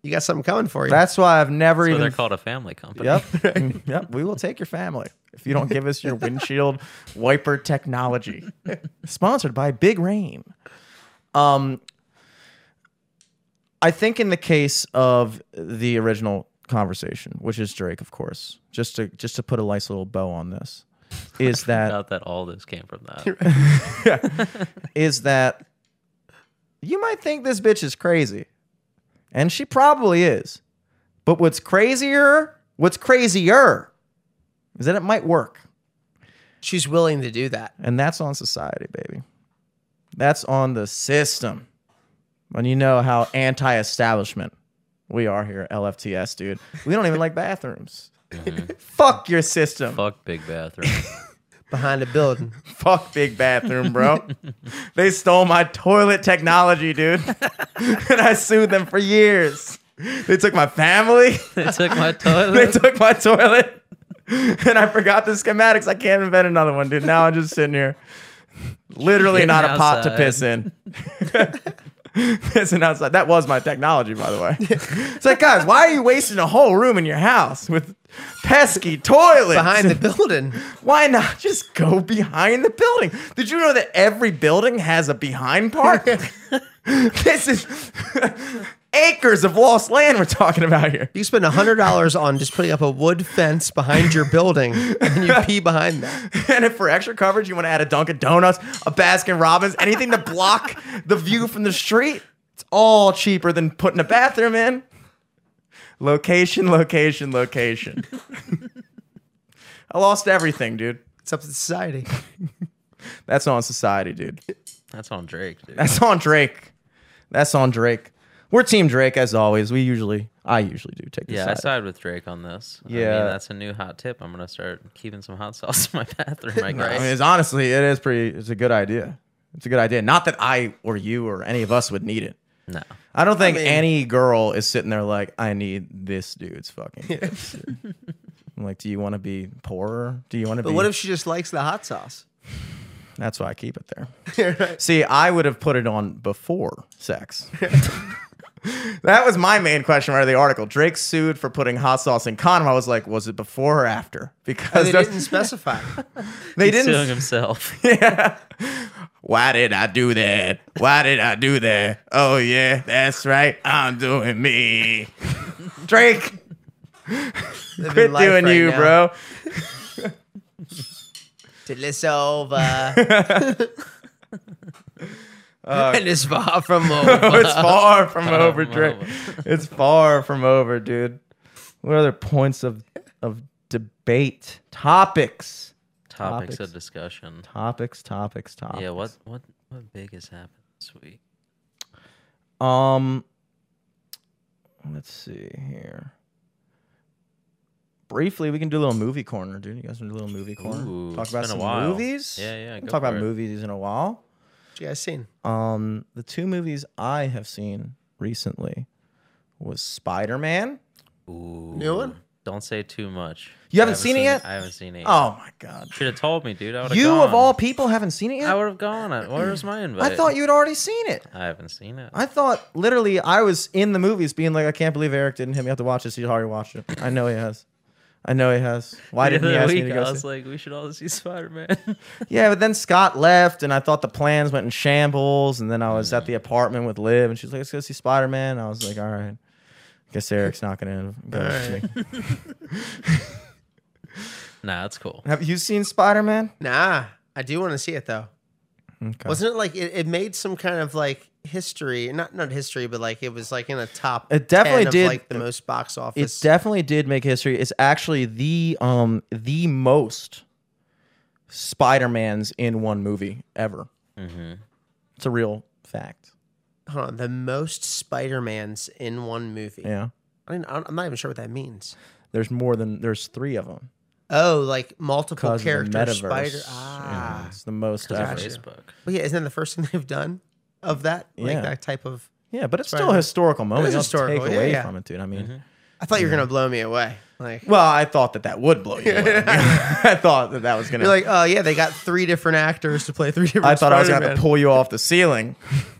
you got something coming for you.
That's why I've never
so
even
they're called a family company.
Yep. Mm, yep. We will take your family if you don't give us your windshield wiper technology. Sponsored by Big Rain. Um I think in the case of the original conversation, which is Drake, of course, just to just to put a nice little bow on this, is
I
that
doubt that all this came from that.
is that you might think this bitch is crazy. And she probably is. But what's crazier, what's crazier is that it might work.
She's willing to do that.
And that's on society, baby. That's on the system. And you know how anti establishment we are here at LFTS, dude. We don't even like bathrooms. Fuck your system.
Fuck big bathroom.
Behind a building.
Fuck big bathroom, bro. they stole my toilet technology, dude. and I sued them for years. They took my family.
they took my
they
toilet.
took my toilet. and I forgot the schematics. I can't invent another one, dude. Now I'm just sitting here. Literally
Getting
not a pot to
outside.
piss in. Pissing outside. That was my technology, by the way. It's like, guys, why are you wasting a whole room in your house with pesky toilets?
Behind the building.
Why not just go behind the building? Did you know that every building has a behind part? this is acres of lost land we're talking about here.
You spend hundred dollars on just putting up a wood fence behind your building, and you pee behind that.
And if for extra coverage, you want to add a Dunkin' Donuts, a Baskin Robbins, anything to block the view from the street, it's all cheaper than putting a bathroom in. Location, location, location. I lost everything, dude.
It's up to society.
That's on society, dude.
That's on Drake, dude.
That's on Drake. That's on Drake. We're Team Drake as always. We usually, I usually do take this
yeah, I
side.
side with Drake on this. I
Yeah.
mean, that's a new hot tip. I'm gonna start keeping some hot sauce in my bathroom. I
I
guess.
mean, it's honestly, it is pretty. It's a good idea. It's a good idea. Not that I or you or any of us would need it.
no,
I don't think
mean-
any girl is sitting there like, I need this dude's fucking. tits, dude." I'm like, do you want to be poorer? Do you want to
But
be?
what if she just likes the hot sauce?
That's why I keep it there. See, I would have put it on before sex. that was my main question right of the article. Drake sued for putting hot sauce in condom. I was like, was it before or after? Because
Oh, They
that's-
didn't specify.
they
he's
didn't
suing himself.
yeah. Why did I do that? Why did I do that? Oh yeah, that's right. I'm doing me. Drake, quit
life
doing
right
you,
now.
bro.
Till it's over. and it's far from
Oh,
over.
it's far from over, Drake.
over.
It's far from over, dude. What other points of of debate? Topics.
Topics
Topics.
of discussion.
Topics, topics, topics.
Yeah, what what what big has happened this week?
Um, let's see here. Briefly, we can do a little movie corner, dude. You guys want to do a little movie corner?
Ooh,
talk
it's
about
been a
some
while.
movies.
Yeah, yeah,
We'll
go
talk about
for it.
movies in a while.
What you guys seen?
Um, the two movies I have seen recently was Spider Man.
Ooh,
New one?
Don't say too much.
You
I
haven't seen it yet?
I haven't seen it. Oh,
Oh my god!
should have told me, dude. I would
You of all people haven't seen it
I
yet.
would have gone. I- Where was my invite?
I thought you had already seen it.
I haven't seen it.
I thought literally I was in the movies being like, I can't believe Eric didn't hit me up to watch this. He's already watched it. I know he has. I know he has. Why
The
didn't he
other
ask me to
week, I
go? see
was
it?
like, we should all see Spider Man.
Yeah, but then Scott left, and I thought the plans went in shambles. And then I was at the apartment with Liv, and she's like, "Let's go see Spider Man." I was like, "All right, guess Eric's not gonna go." with me."
nah, that's cool.
Have you seen Spider Man?
Nah, I do want to see it though.
Okay.
Wasn't it like it, it made some kind of like history? Not not history, but like it was like in a top.
It definitely
10 of,
did-
like the most box
it
office.
definitely did make history. It's actually the um the most Spider Mans in one movie ever.
Mm-hmm.
It's a real fact.
Hold on, the most Spider Mans in one movie.
Yeah,
I mean, I don't- I'm not even sure what that means.
there's more than there's three of them.
Oh, like multiple
because of the
character
metaverse.
spider.
you know,
Ah,
it's the most
Gotcha.
effort.
Facebook.
well, yeah. Isn't that the first thing they've done of that? Like
Yeah.
that type of.
Yeah, but it's still a
Spider-Man.
historical moment.
is
You don't
historical,
Take
yeah,
away
yeah. Mm-hmm.
from it, dude. I mean,
I thought you were gonna blow me away. Like
well, I thought that that would blow you. away. I thought that that was gonna.
you're like, oh yeah, they got three different actors to play three different.
I thought I was gonna have
Spider-Man.
to pull you off the ceiling.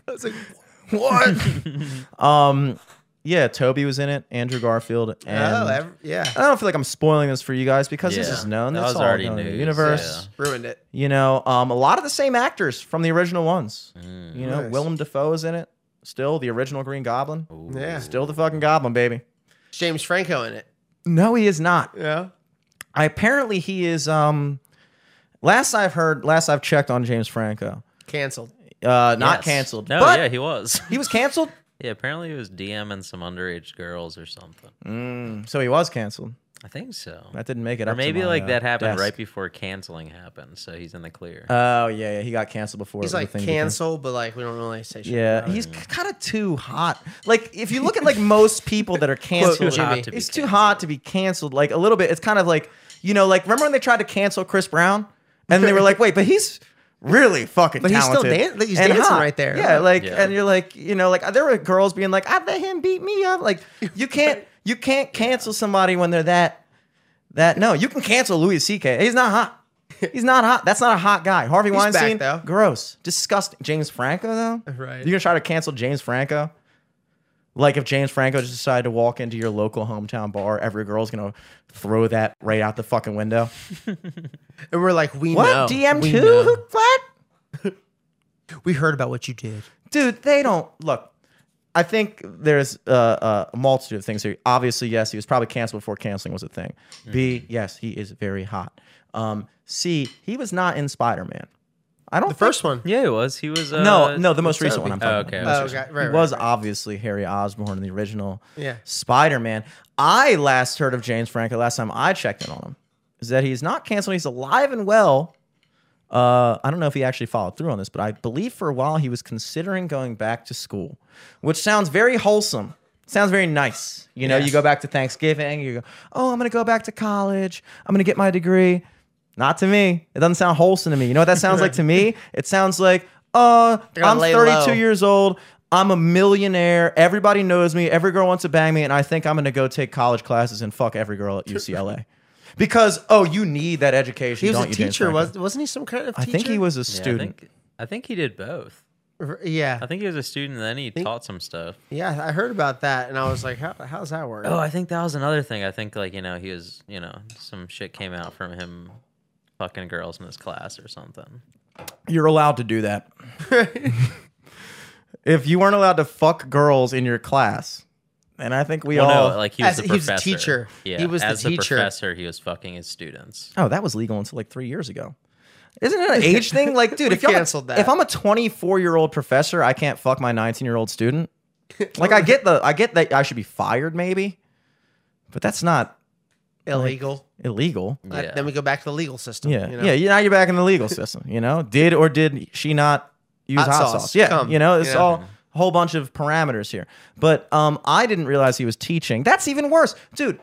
I was like, what?
Um, yeah, Toby was in it. Andrew Garfield and.
oh, ev- yeah,
I don't feel like I'm spoiling this for you guys because this
Yeah,
is known.
that
That's
was
all
already
known in the
news,
universe.
yeah.
ruined it.
You know, um, a lot of the same actors from the original ones.
Mm.
You know,
Nice.
Willem Dafoe is in it. Still, the original Green Goblin.
Yeah,
Still the fucking Goblin, baby.
James Franco in it.
No, he is not.
Yeah,
I, apparently, he is. Um, last I've heard, last I've checked on James Franco,
canceled.
uh, not
Yes.
canceled.
No,
but
yeah, he was.
he was canceled.
yeah, apparently he was DMing some underage girls or something.
Mm, so he was canceled.
I think so.
That didn't make it
Or
up. to
maybe
my,
like
uh,
that happened
desk.
right before canceling happened, so he's in the clear.
Oh yeah, yeah, he got canceled before.
He's
the
like
thing became-
canceled, but like we don't really say shit.
Yeah, he's kind of too hot. Like if you look at like most people that are canceled,
Jimmy.
it's
to be
too hot to be canceled. Like a little bit. It's kind of like you know, like remember when they tried to cancel Chris Brown, and they were like, "Wait, but he's really fucking
But he's still
talented
dan- like, he's
and
dancing
hot."
right there.
Yeah, like
Yeah.
and you're like, you know, like there were girls being like, "I'd let him beat me up." Like you can't, you can't cancel somebody when they're that, that. No, you can cancel Louis C.K. He's not hot. He's not hot. That's not a hot guy. Harvey
back,
Weinstein,
though.
gross, disgusting. James Franco though,
Right.
You're gonna try to cancel James Franco? Like if James Franco just decided to walk into your local hometown bar, every girl's gonna throw that right out the fucking window.
and we're like, we
What
know.
DM
we
two?
know.
What?
We heard about what you did.
dude they don't look i think there's uh, uh, a multitude of things here obviously yes he was probably canceled before canceling was a thing
Mm-hmm.
b yes he is very hot um, c he was not in spider-man i don't
The first one.
yeah, he was. He was. Uh,
no no the most
what's
recent one i'm
that? Oh,
talking
okay.
about
okay.
Oh, okay. Right,
he
right,
was
right.
obviously harry osborn in the original
Yeah.
spider-man i last heard of james franco last time i checked in on him is that he's not canceled he's alive and well uh, I don't know if he actually followed through on this, but I believe for a while he was considering going back to school, which sounds very wholesome. Sounds very nice. You know, you go back to Thanksgiving, you go, oh, I'm going to go back to college. I'm going to get my degree. Not to me. It doesn't sound wholesome to me. You know what that sounds like to me? It sounds like, uh,
gotta
I'm
lay
32
low.
years old. I'm a millionaire. Everybody knows me. Every girl wants to bang me. And I think I'm going to go take college classes and fuck every girl at UCLA. Because, oh, you need that education.
He was
don't
a
you, James
teacher,
Franco?
was wasn't he? Some kind of
I
teacher?
think he was a
Yeah,
student.
I think, I think he did both.
Yeah,
I think he was a student, and then he taught some stuff.
yeah. I heard about that, and I was like, how how's that work?
Oh, I think that was another thing. I think like you know he was you know some shit came out from him fucking girls in his class or something.
You're allowed to do that. if you weren't allowed to fuck girls in your class, and I think we
Well,
all
no, like he was
as-
the
he was a
professor.
teacher.
Yeah,
He was the
as the
teacher.
professor. He was fucking his students.
oh, that was legal until like three years ago. Isn't it an age thing? Like, dude,
We
if y'all
canceled that.
if I'm a 24 year old professor, I can't fuck my 19 year old student. Like, I get the I get that I should be fired maybe, but that's not
Illegal.
illegal.
Yeah.
Uh, then we go back to the legal system.
Yeah,
you know?
yeah. You, now you're back in the legal system. You know, did or did she not use
Hot
hot,
sauce,
sauce? Yeah,
come.
you know, it's
Yeah.
all a whole bunch of parameters here. But um, I didn't realize he was teaching. That's even worse, dude.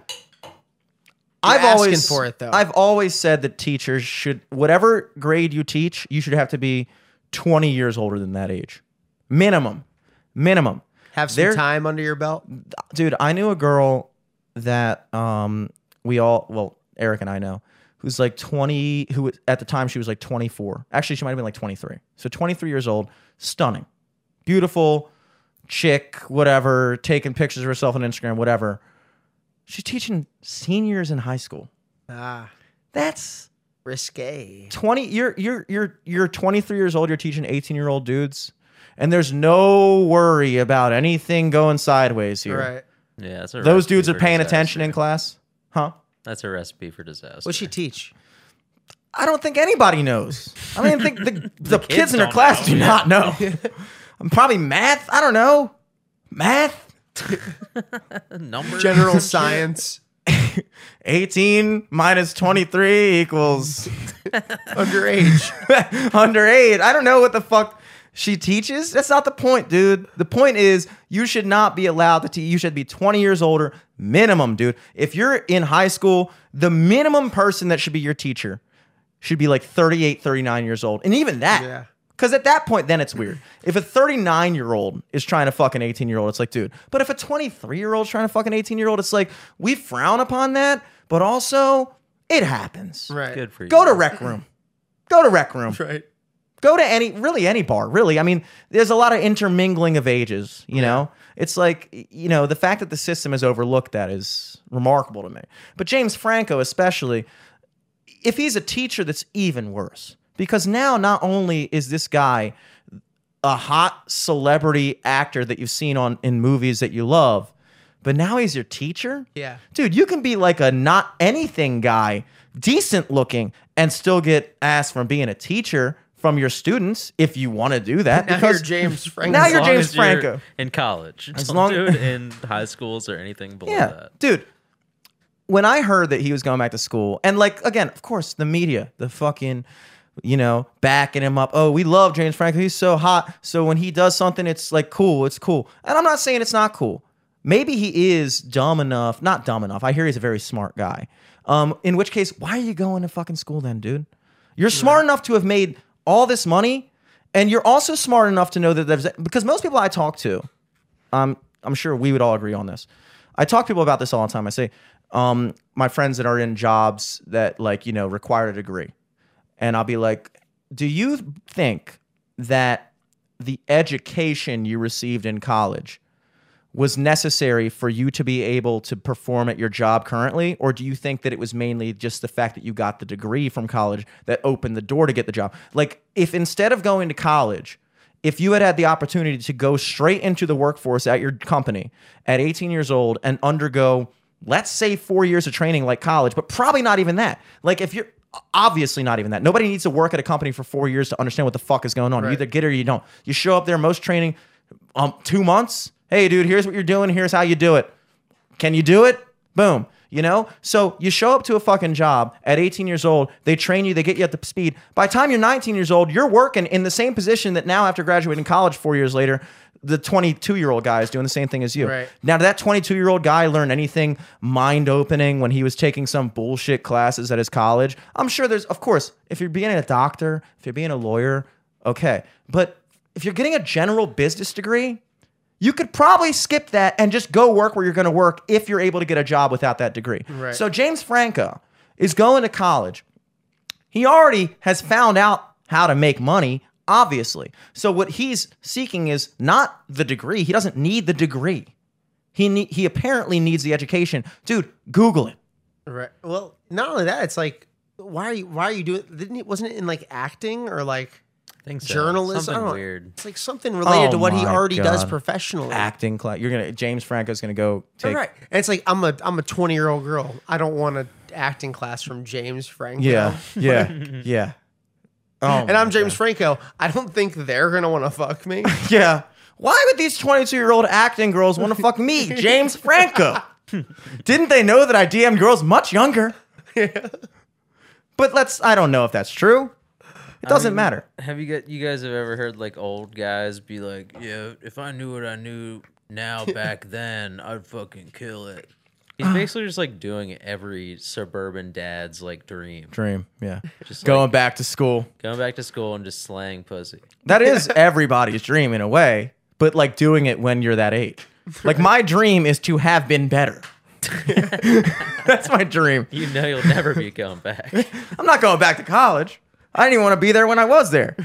I've
asking
always
for it, though.
I've always said that teachers should whatever grade you teach, you should have to be 20 years older than that age, minimum, minimum
Have some
There-
time under your belt.
Mm. dude, I knew a girl that um we all well, Eric and I know, who's like 20 who was- at the time she was like 24. Actually, she might have been like 23. So 23 years old, stunning. Beautiful chick, whatever, taking pictures of herself on Instagram, whatever. She's teaching seniors in high school.
Ah,
That's
risque.
20 you're you're you're you're 23 years old you're teaching 18 year old dudes and there's no worry about anything going sideways here
Right.
Yeah, that's a
those
recipe
dudes are
for
paying
disaster.
attention in class huh
That's a recipe for disaster.
What'd she teach?
i don't think anybody knows i don't even think the, the, kids,
kids
in her
don't
class
know.
do not know i'm probably math i don't know math
Numbers.
General science
18 minus 23 equals
underage.
underage i don't know what the fuck she teaches. That's not the point, dude. The point is you should not be allowed to teach. You should be 20 years older minimum, dude. If you're in high school, the minimum person that should be your teacher should be like 38, 39 years old. And even that.
Yeah.
Because at that point, then it's weird. If a 39 year old is trying to fuck an 18 year old, it's like, dude. But if a 23 year old is trying to fuck an 18 year old, it's like, we frown upon that, but also it happens.
Right.
Good for you.
Go to rec room. Go to rec room.
Right.
Go to any, really any bar, really. I mean, there's a lot of intermingling of ages, you know? It's like, y- you know, the fact that the system has overlooked that is remarkable to me. But James Franco, especially, if he's a teacher, that's even worse. Because now not only is this guy a hot celebrity actor that you've seen on in movies that you love, but now he's your teacher?
Yeah.
Dude, you can be like a not anything guy, decent looking, and still get asked from being a teacher from your students if you want to do that.
Now you're
because-
James Franco.
Now
As
you're
long
James
as
Franco.
in college. As
long-
long do it in high schools or anything below
yeah,
that.
dude. When I heard that he was going back to school, and like again, of course, the media, the fucking, you know, backing him up. Oh, we love James Franco. He's so hot. So when he does something, it's like cool. It's cool. And I'm not saying it's not cool. Maybe he is dumb enough. Not dumb enough. I hear he's a very smart guy. Um, in which case, why are you going to fucking school then, dude? You're smart enough to have made all this money, and you're also smart enough to know that there's because most people I talk to, um, I'm sure we would all agree on this. I talk to people about this all the time. I say, um, my friends that are in jobs that like, you know, require a degree. And I'll be like, do you think that the education you received in college was necessary for you to be able to perform at your job currently? Or do you think that it was mainly just the fact that you got the degree from college that opened the door to get the job? Like, if instead of going to college, if you had had the opportunity to go straight into the workforce at your company at 18 years old and undergo, let's say, four years of training like college, but probably not even that. Like, if you're obviously not even that, nobody needs to work at a company for four years to understand what the fuck is going on. You either get it or you don't. You show up there, most training, um, two months. Hey, dude, here's what you're doing. Here's how you do it. Can you do it? Boom. You know? So you show up to a fucking job at 18 years old, they train you, they get you up to speed. By the time you're 19 years old, you're working in the same position that now, after graduating college four years later, the 22 year old guy is doing the same thing as you.
Right.
Now, did that 22 year old guy learn anything mind opening when he was taking some bullshit classes at his college? I'm sure there's, of course, if you're being a doctor, if you're being a lawyer, okay. But if you're getting a general business degree, you could probably skip that and just go work where you're going to work if you're able to get a job without that degree.
Right.
So James Franco is going to college. He already has found out how to make money, obviously. So what he's seeking is not the degree. He doesn't need the degree. He need, he apparently needs the education. Dude, Google it.
Right. Well, not only that, it's like why are you why are you doing didn't he wasn't it in like acting or like
I think so.
journalism? I
Something
don't-
weird.
It's like something related
Oh
to what he
my
already does
God.
professionally.
Acting class. You're gonna James Franco's gonna go take.
Right. And it's like I'm a I'm a 20 year old girl. I don't want an acting class from James Franco.
Yeah, yeah, yeah. Oh,
And I'm James Franco. I don't think they're gonna want to fuck me.
Yeah. Why would these 22 year old acting girls want to fuck me, James Franco? Didn't they know that I DM'd girls much younger? But let's, I don't know if that's true. It doesn't
mean-
matter.
Have you got you guys have ever heard like old guys be like, "Yeah, if I knew what I knew now back then, I'd fucking kill it." He's basically just like doing every suburban dad's like dream,
Dream, yeah.
Just
Going back to school.
going back to school and just slaying pussy.
That is everybody's dream in a way, but like doing it when you're that age. Like my dream is to have been better. that's my dream.
You know you'll never be going back.
I'm not going back to college. I didn't even want to be there when I was there.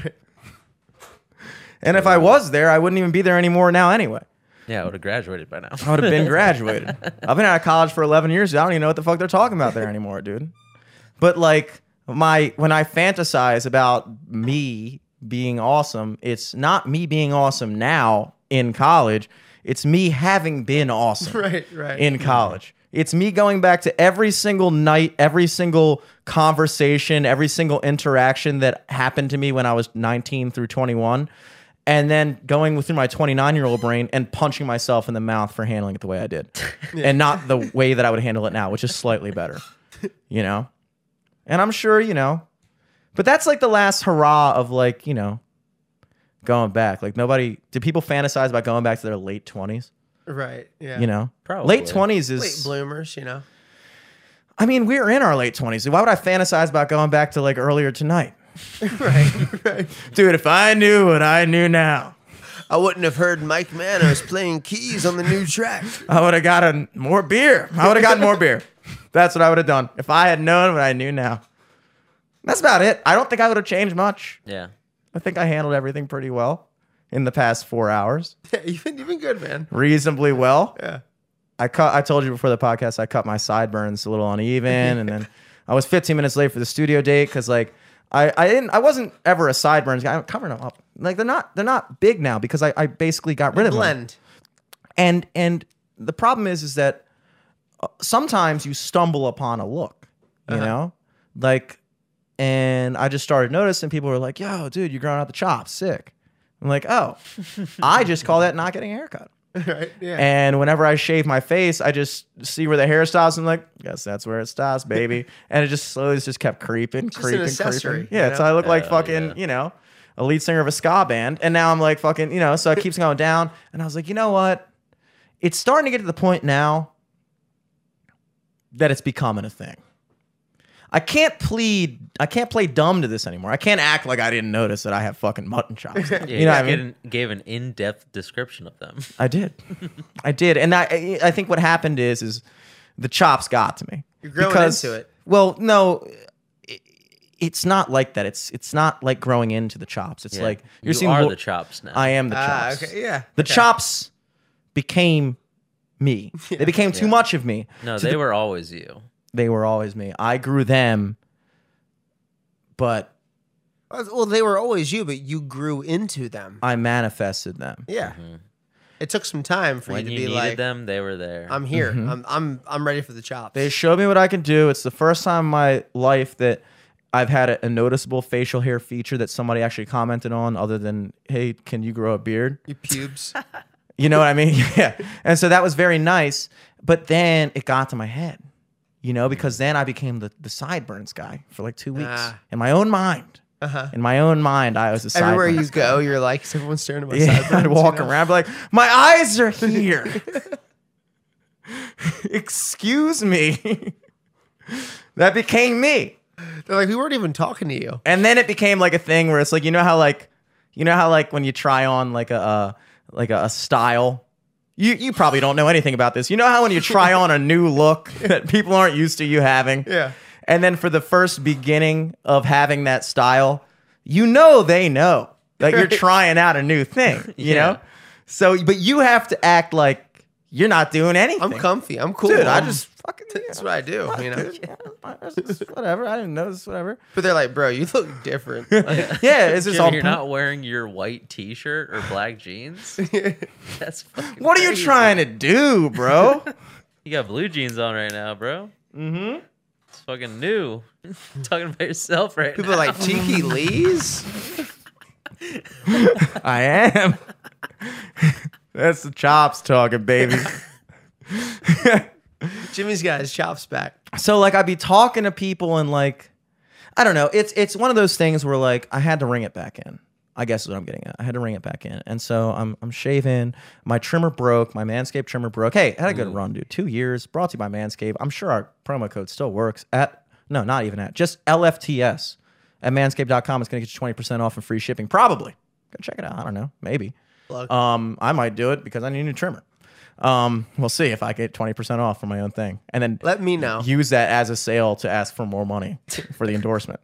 And if I was there, I wouldn't even be there anymore now anyway.
Yeah, I would have graduated by now.
I would have been graduated. I've been out of college for 11 years. I don't even know what the fuck they're talking about there anymore, dude. But like my when I fantasize about me being awesome, it's not me being awesome now in college. It's me having been awesome
right. Right.
in college. It's me going back to every single night, every single conversation, every single interaction that happened to me when I was 19 through 21, and then going through my 29 year old brain and punching myself in the mouth for handling it the way I did, and not the way that I would handle it now, which is slightly better, you know? And I'm sure, you know, but that's like the last hurrah of like, you know, going back. Like nobody did people fantasize about going back to their late twenties?
Right. Yeah.
You know,
Probably.
late twenties
late
is.
bloomers. You know.
I mean, we are in our late twenties. Why would I fantasize about going back to like earlier tonight,
right. Right.
dude? If I knew what I knew now,
I wouldn't have heard Mike Manos playing keys on the new track.
I would have gotten more beer. I would have gotten more beer. That's what I would have done if I had known what I knew now. That's about it. I don't think I would have changed much.
Yeah.
I think I handled everything pretty well in the past four hours,
Yeah, you've been you've been good, man.
reasonably well.
Yeah.
I cut. I told you before the podcast. I cut my sideburns a little uneven, and then I was 15 minutes late for the studio date because like I, I didn't I wasn't ever a sideburns guy. I'm covering them up. Like they're not they're not big now because I, I basically got rid of them.
Blend.
And and the problem is is that uh, sometimes you stumble upon a look, you know, like, and I just started noticing people were like, "Yo, dude, you're growing out the chops, sick." I'm like, "Oh, I just call that not getting a haircut."
Right. Yeah.
And whenever I shave my face, I just see where the hair stops. And I'm like, guess that's where it stops, baby. and it just slowly just kept creeping,
an
creeping,
accessory,
creeping. Yeah,
you
so I look like
Yeah,
fucking,
yeah.
you know, a lead singer of a ska band. And now I'm like fucking, you know, so it keeps going down. And I was like, you know what? It's starting to get to the point now that it's becoming a thing. I can't plead. I can't play dumb to this anymore. I can't act like I didn't notice that I have fucking mutton chops. now.
Yeah,
you know what I
gave
mean?
an- gave an in-depth description of them.
I did. I did. And I I think what happened is is the chops got to me.
You're growing into it.
Well, no, it- it's not like that. It's it's not like growing into the chops. It's
Yeah.
like
you
you're seeing
are
lo-
the chops now.
I am the
ah,
chops.
okay. Yeah.
The
okay.
chops became me. They became too much of me.
no,
to
they were always you.
they were always me. I grew them, but
Well, they were always you, but you grew into them.
I manifested them.
Yeah. It took some time for
When
you
you
to be
needed
like,
them, they were there.
"I'm here. I'm I'm I'm ready for the chops."
Mm-hmm. They showed me what I can do. It's the first time in my life that I've had a, a noticeable facial hair feature that somebody actually commented on, other than, hey, can you grow a beard?
Your pubes.
You know what I mean? yeah. And so that was very nice. But then it got to my head, you know, because then I became the, the sideburns guy for like two weeks
Ah.
in my own mind.
Uh-huh.
In my own mind, I was a
Everywhere
sideburns
you go, you're like, "Is everyone staring at my
yeah,
sideburns?"
I'd walk
you know?
around, be like, my eyes are here. Excuse me. that became me.
They're like, "We weren't even talking to you."
And then it became like a thing where it's like, you know how like, you know how like when you try on like a uh, like a, a style. You, you probably don't know anything about this. You know how when you try on a new look that people aren't used to you having?
Yeah.
And then for the first beginning of having that style, you know they know that you're trying out a new thing, you
Yeah.
know? So, but you have to act like you're not doing anything.
I'm comfy. I'm cool.
Dude, I
I'm-
just fucking.
that's what I do. You know.
whatever. I didn't notice, whatever.
But they're like, "Bro, you look different." Like,
Yeah, it's just
Jimmy,
all.
you're not wearing your white T-shirt or black jeans. That's fucking
what are you
crazy.
trying to do, bro?
You got blue jeans on right now, bro. Mm-hmm. It's fucking new. Talking about yourself right
People are
now.
like, "Cheeky Lee's."
I am. That's the chops talking, baby.
Jimmy's got his chops back.
so like I'd be talking to people and like I don't know. It's it's one of those things where like I had to ring it back in. I guess is what I'm getting at. I had to ring it back in. And so I'm I'm shaving. My trimmer broke. My Manscaped trimmer broke. Hey, I had a
Mm.
good run, dude. Two years. Brought to you by Manscaped. I'm sure our promo code still works at no, not even at just LFTS at manscaped.com. It's gonna get you 20% off and free shipping. Probably. Go check it out. I don't know. Maybe.
Plug.
Um, I might do it because I need a new trimmer. Um, we'll see if I get 20% off for my own thing. And then
Let me know.
use that as a sale to ask for more money for the endorsement.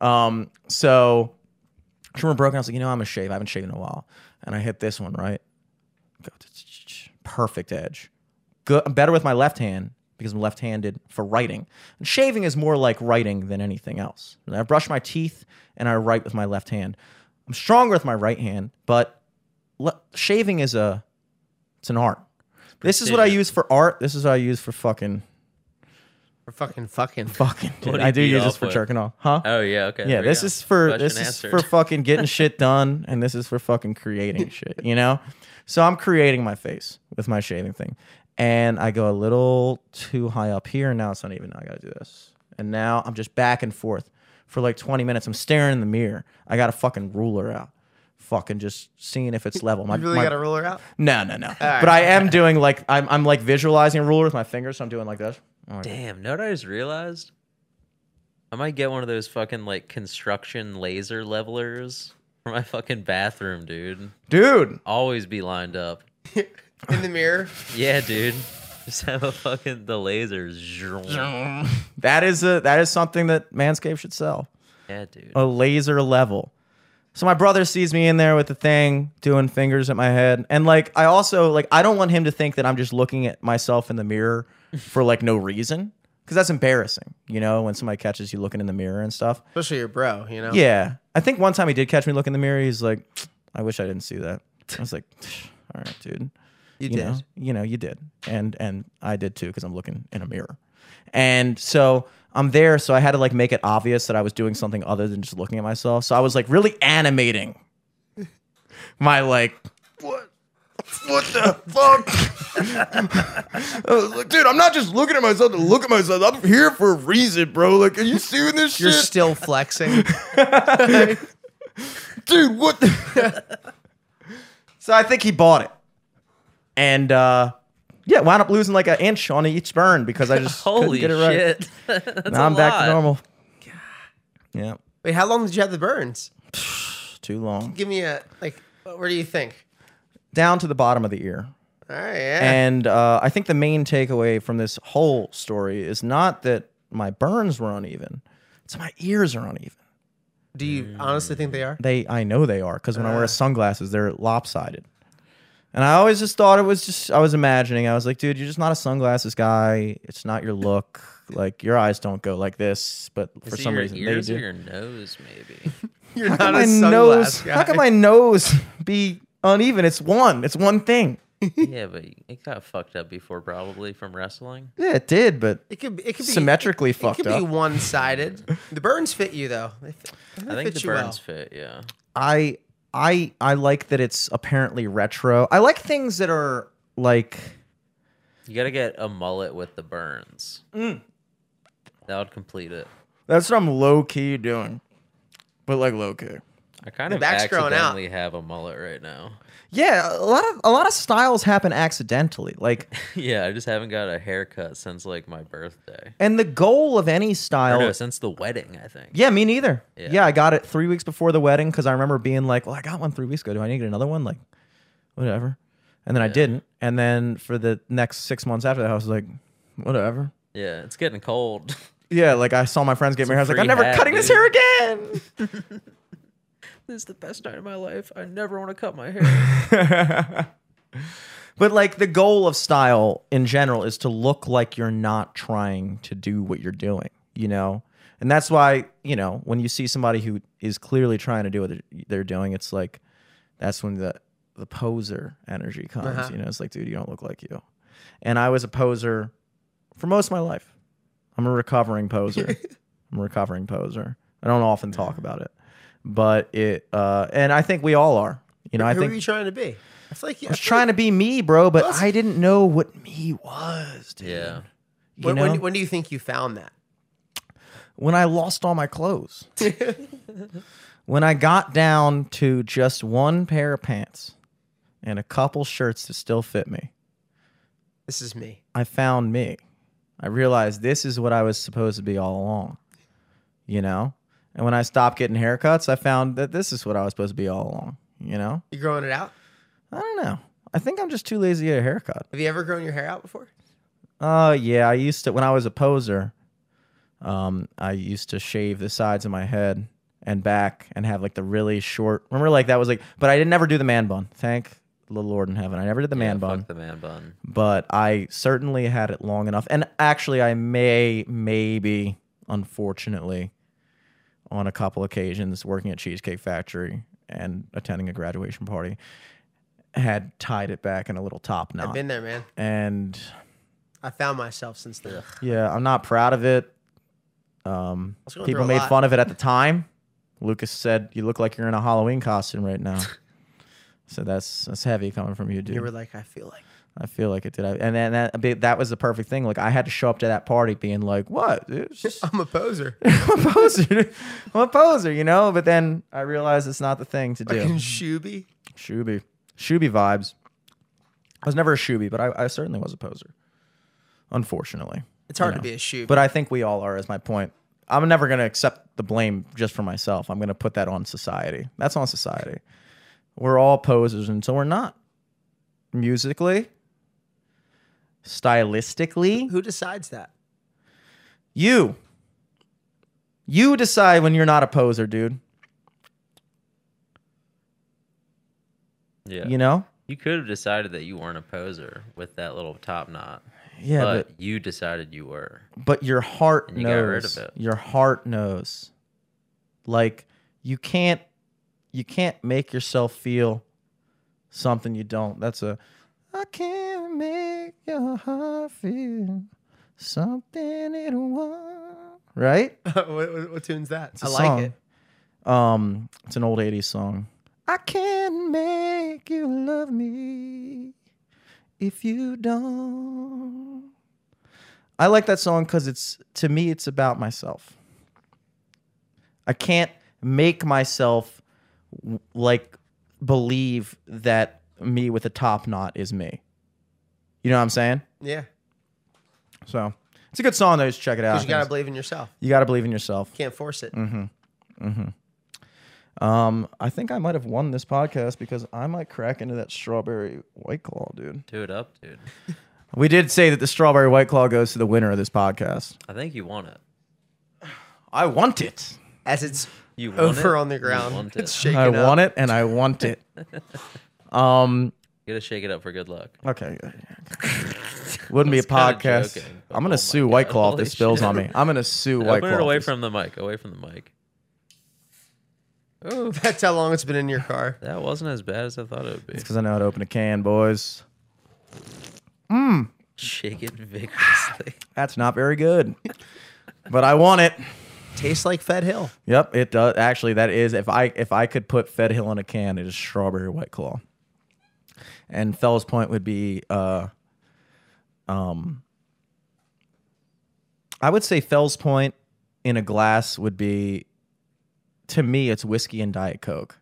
Um, so trimmer broke. And I was like, you know, I'm gonna shave. I haven't shaved in a while, and I hit this one right. Go, Perfect edge. Good. I'm better with my left hand because I'm left-handed for writing. And shaving is more like writing than anything else. And I brush my teeth and I write with my left hand. I'm stronger with my right hand, but le- shaving is a it's an art. This is what I
Precision.
use for art. This is what I use for fucking
We're fucking fucking.
fucking.
What
Dude.
do
I
you
do
beat
use this
off
for
with?
jerking off, huh?
Oh yeah, okay.
yeah,
there we
this
go.
is for
Question
this
answered.
is for fucking getting shit done, and this is for fucking creating shit. You know, so I'm creating my face with my shaving thing, and I go a little too high up here, and now it's not even. I gotta do this, and now I'm just back and forth for like 20 minutes. I'm staring in the mirror. I got a fucking ruler out fucking just seeing if it's level. My,
You really
my-
got to rule her out.
no, no, no.
right.
But I am doing like I'm I'm like visualizing a ruler with my fingers. So I'm doing like this. I'm like,
Damn, know what I just realized? I might get one of those fucking like construction laser levelers for my fucking bathroom, dude.
Dude,
Always be lined up.
In the mirror.
Yeah, dude. Just have a fucking the lasers.
that is a that is something that Manscaped should sell.
Yeah, dude.
a laser level. So my brother sees me in there with the thing doing fingers at my head. And like I also like I don't want him to think that I'm just looking at myself in the mirror for like no reason cuz that's embarrassing, you know, when somebody catches you looking in the mirror and stuff.
Especially your bro, you know?
Yeah. I think one time he did catch me looking in the mirror. He's like, "I wish I didn't see that." I was like, "All right, dude."
You
you
did.
know, you know, you did, and and I did too because I'm looking in a mirror, and so I'm there. So I had to like make it obvious that I was doing something other than just looking at myself. So I was like really animating my like what what the fuck. I was like, dude, I'm not just looking at myself to look at myself. I'm here for a reason, bro. Like, are you seeing this
You're still flexing.
dude, what the? so I think he bought it. And uh, yeah, wound up losing like an inch on each burn because I just
Holy
couldn't get it right.
shit. That's
now
a
I'm back
lot.
to normal. Yeah,
Wait, how long did you have the burns?
too long.
Give me a, like, where do you think?
Down to the bottom of the ear.
All right, yeah.
And uh, I think the main takeaway from this whole story is not that my burns were uneven. It's my ears are uneven.
do you honestly think they are?
They, I know they are because when I wear sunglasses, they're lopsided. And I always just thought it was just I was imagining. I was like, dude, you're just not a sunglasses guy. It's not your look. Like your eyes don't go like this, but for
Is it
some
your
reason
ears
they
or
do.
your nose, maybe.
You're
how can my nose?
sunglass
How can my nose be uneven? It's one. It's one thing.
yeah, but it got fucked up before, probably from wrestling.
Yeah, it did, but
It could, it could be
symmetrically
It
fucked
could
up.
be one sided. The burns fit you though. They fit,
I think the
you well.
burns fit. Yeah,
I I I like that it's apparently retro. I like things that are like
you gotta get a mullet with the burns.
Mm.
That would complete it.
that's what I'm low key doing, but like low key.
I kind
The
of
back's growing out.
accidentally have a mullet right now.
Yeah, a lot of a lot of styles happen accidentally. Like,
yeah, I just haven't got a haircut since like my birthday.
and the goal of any
Or
style.
no, since the wedding, I think.
Yeah, me neither.
Yeah.
Yeah. I got it three weeks before the wedding because I remember being like, "Well, I got one three weeks ago. Do I need to get another one?" Like, whatever. And then I didn't. And then for the next six months after that, I was like, whatever.
Yeah, it's getting cold.
Yeah, like I saw my friends get married. I was like,
free
I'm never
hat,
cutting this
dude.
hair again.
this is the best night of my life. I never want to cut my hair.
But like the goal of style in general is to look like you're not trying to do what you're doing, you know? And that's why, you know, when you see somebody who is clearly trying to do what they're, they're doing, it's like that's when the the poser energy comes,
Uh-huh.
you know? It's like, dude, you don't look like you. And I was a poser for most of my life. I'm a recovering poser. I'm a recovering poser. I don't often talk about it. But it uh and I think we all are. You know, I
Who
think
are you trying to be? I feel like you
I was trying to be me, bro, but I didn't know what me was, dude.
yeah.
You
When,
know?
when,
when,
when do you think you found that?
I lost all my clothes. when I got down to just one pair of pants and a couple shirts that still fit me,
This is me.
I found me. I realized this is what I was supposed to be all along, you know? And when I stopped getting haircuts, I found that this is what I was supposed to be all along, you know?
You growing it out?
I don't know. I think I'm just too lazy to get a haircut.
Have you ever grown your hair out before?
Oh yeah, I used to when I was a poser. Um, I used to shave the sides of my head and back and have like the really short. Remember, like that was like, but I didn't ever do the man bun. Thank the Lord in heaven, I never did the man
yeah,
bun,
Fuck the man bun.
but I certainly had it long enough. And actually, I may, maybe, unfortunately, on a couple occasions working at Cheesecake Factory and attending a graduation party, had tied it back in a little top
I've
knot
been there, man.
and.
I found myself since then.
Yeah, I'm not proud of it. Um,
was going
people
through a
made
lot.
fun of it at the time. Lucas said, "You look like you're in a Halloween costume right now." so that's that's heavy coming from you, dude.
You were like, I feel like
I feel like it did. I- And then that but that was the perfect thing. Like I had to show up to that party being like, "What? It's just-
I'm a poser.
I'm a poser. I'm a poser," you know. But then I realized it's not the thing to do.
Fucking Shuby.
Shooby. Shooby vibes. I was never a shooby, but I, I certainly was a poser. Unfortunately.
It's hard to
know.
be a Shuby.
But I think we all are, is my point. I'm never going to accept the blame just for myself. I'm going to put that on society. That's on society. We're all posers until we're not. Musically, stylistically,
Who decides that?
you. You decide when you're not a poser, dude.
Yeah.
You know?
You could have decided that you weren't a poser with that little top knot,
Yeah,
but, you decided you were.
but your heart
And you got rid
knows.
of it.
Your heart knows. Like you can't you can't make yourself feel something you don't. That's a I can't make your heart feel something it won't. Right?
what, what, what tune's that?
It's
I
a
like
song.
it.
Um, it's an old '80s song. I can make you love me if you don't. I like that song because it's to me, it's about myself. I can't make myself w- like believe that me with a top knot is me. You know what I'm saying?
Yeah.
So it's a good song though. Just check it out.
Because you got to believe in yourself.
you gotta believe in yourself.
Can't force it.
Mm-hmm. Um, I think I might have won this podcast because I might crack into that strawberry white claw, dude.
Do it up, dude.
We did say that the strawberry white claw goes to the winner of this podcast.
I think you want it.
I want it.
As it's
You want
over
it?
on the
You
ground.
want
It's
it.
shaking
I
up.
want it and I want it. um
You gotta shake it up for good luck.
okay. Wouldn't be a
was kinda
podcast.
joking, but
I'm gonna
oh my
sue White
God,
Claw if
holy
this spills
shit.
on me. I'm gonna sue White
Open
Claw.
it away
if this-
from the mic. Away from the mic. Oh,
That's how long it's been in your car.
that wasn't as bad as I thought it would be.
because I know how to open a can, boys.
Shake it vigorously.
That's not very good. but I want it.
Tastes like Fed Hill.
Yep, it does. Actually, that is if I if I could put Fed Hill in a can, it is strawberry white claw. And Fell's Point would be, uh, um, I would say Fell's Point in a glass would be, to me, it's whiskey and diet coke.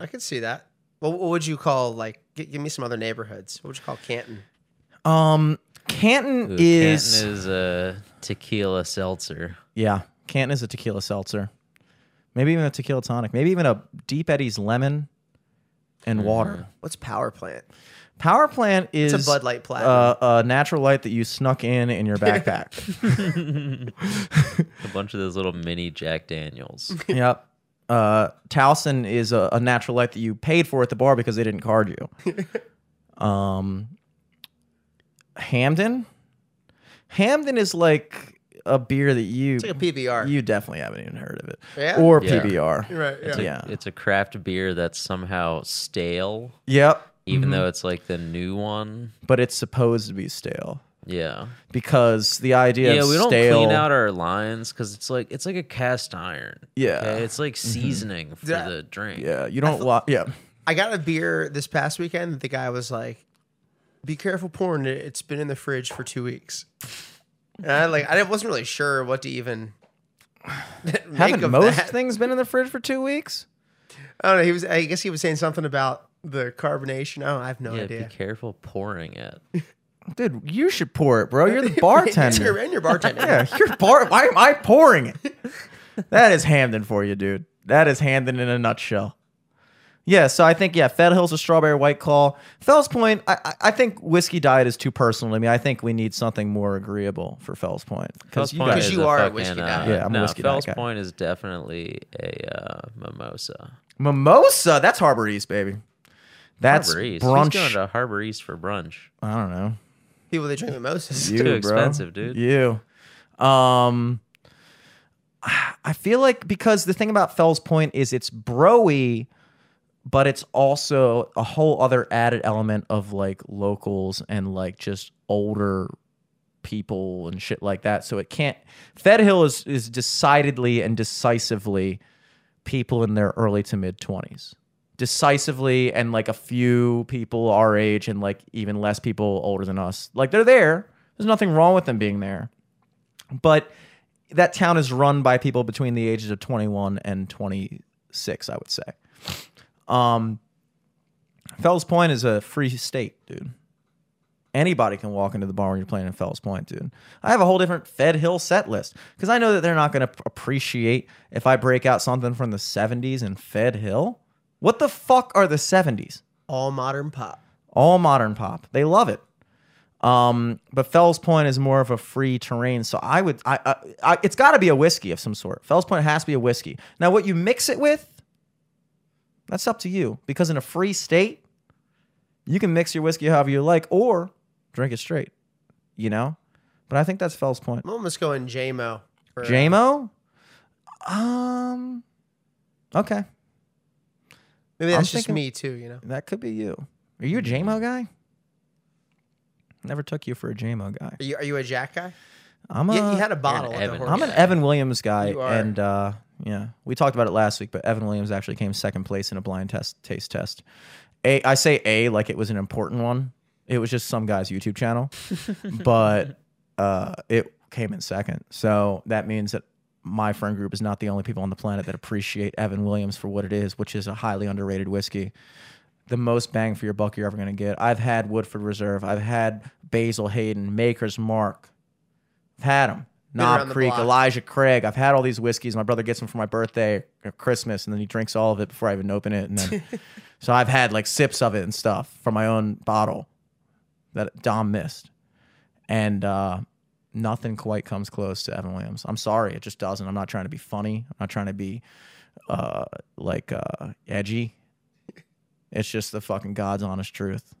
I could see that. Well, what would you call like? G- give me some other neighborhoods. What would you call Canton?
Um, Canton
Ooh,
is
Canton is a tequila seltzer.
yeah, Canton is a tequila seltzer, maybe even a tequila tonic, maybe even a Deep Eddie's lemon and
Mm-hmm.
water.
What's power plant?
Power plant is
a Bud Light Platinum.
uh, a natural light that you snuck in in your backpack.
A bunch of those little mini Jack Daniels.
yep. Uh, Towson is a, a natural light that you paid for at the bar because they didn't card you. um, Hamden, Hamden is like a beer that you
It's like a PBR.
you definitely haven't even heard of it
Yeah?
or
Yeah.
PBR.
right.
It's a,
Yeah.
it's a craft beer that's somehow stale,
Yep,
even though it's like the new one.
but it's supposed to be stale
Yeah.
because the idea
Yeah,
of
we don't
stale
clean out our lines because it's like it's like a cast iron.
Yeah.
okay? it's like seasoning for
Yeah.
the drink.
Mm-hmm. yeah you don't lo- yeah
I got a beer this past weekend that the guy was like, "Be careful pouring it. It's been in the fridge for two weeks." And I like I wasn't really sure what to even make
haven't
of
most
that.
things been in the fridge for two weeks
I don't know. He was. I guess he was saying something about the carbonation. I don't. I have no
Yeah,
idea.
be careful pouring it.
Dude, you should pour it, bro. You're the bartender.
You're, and you're bartender.
yeah, you're bar. Why am I pouring it? That is Hamden for you, dude. That is Hamden in a nutshell. Yeah, so I think yeah, Fed Hill's a strawberry white claw. Fell's Point, I, I- I think whiskey diet is too personal to me. I think we need something more agreeable for Fell's Point because
Fell's
you
Point
guys,
is
you
a
are a
fucking,
whiskey
uh,
guy.
Yeah, I'm a
no,
whiskey guy
Fell's
guy.
Point is definitely a uh, mimosa.
mimosa. That's Harbor East, baby. That's
Harbor East. Who's
brunch.
going to Harbor East for brunch?
I don't know.
People that drink mimosas.
you,
too
bro.
expensive, dude.
You. Um, I feel like because the thing about Fell's Point is it's broy, but it's also a whole other added element of like locals and like just older people and shit like that. So it can't. Fed Hill is is decidedly and decisively people in their early to mid twenties. decisively and like a few people our age and like even less people older than us. Like they're there. There's nothing wrong with them being there. But that town is run by people between the ages of 21 and 26, I would say. Um Fells Point is a free state, dude. Anybody can walk into the bar when you're playing in Fells Point, dude. I have a whole different Fed Hill set list because I know that they're not going to appreciate if I break out something from the 70s in Fed Hill. What the fuck are the 70s?
All modern pop.
All modern pop. They love it. Um, but Fells Point is more of a free terrain, so I would I, I, I it's got to be a whiskey of some sort. Fells Point has to be a whiskey. Now, what you mix it with, that's up to you. Because in a free state, you can mix your whiskey however you like, or drink it straight. You know, but I think that's Fells Point.
I'm almost going JMO. for, uh,
JMO, um, okay,
Maybe
I'm
that's just
thinking-
me too, you know.
that could be you. Are you a JMO guy? Never took you for a JMO guy.
Are you, are you a Jack guy?
I'm a,
Yeah, you had a bottle. at the
Evan.
horse.
I'm an Evan Williams guy,
You are.
and uh, yeah, we talked about it last week. But Evan Williams actually came second place in a blind test taste test. A, I say a like it was an important one. It was just some guy's YouTube channel, but uh, it came in second. So that means that my friend group is not the only people on the planet that appreciate Evan Williams for what it is, which is a highly underrated whiskey the most bang for your buck you're ever going to get. I've had Woodford Reserve. I've had Basil Hayden, Maker's Mark. I've had them. Knob
around the
Creek,
block.
Elijah Craig. I've had all these whiskeys. My brother gets them for my birthday or Christmas, and then he drinks all of it before I even open it. And then, so I've had like sips of it and stuff from my own bottle that Dom missed, and uh, nothing quite comes close to Evan Williams. I'm sorry, it just doesn't. I'm not trying to be funny. I'm not trying to be uh, like uh, edgy. It's just the fucking God's honest truth.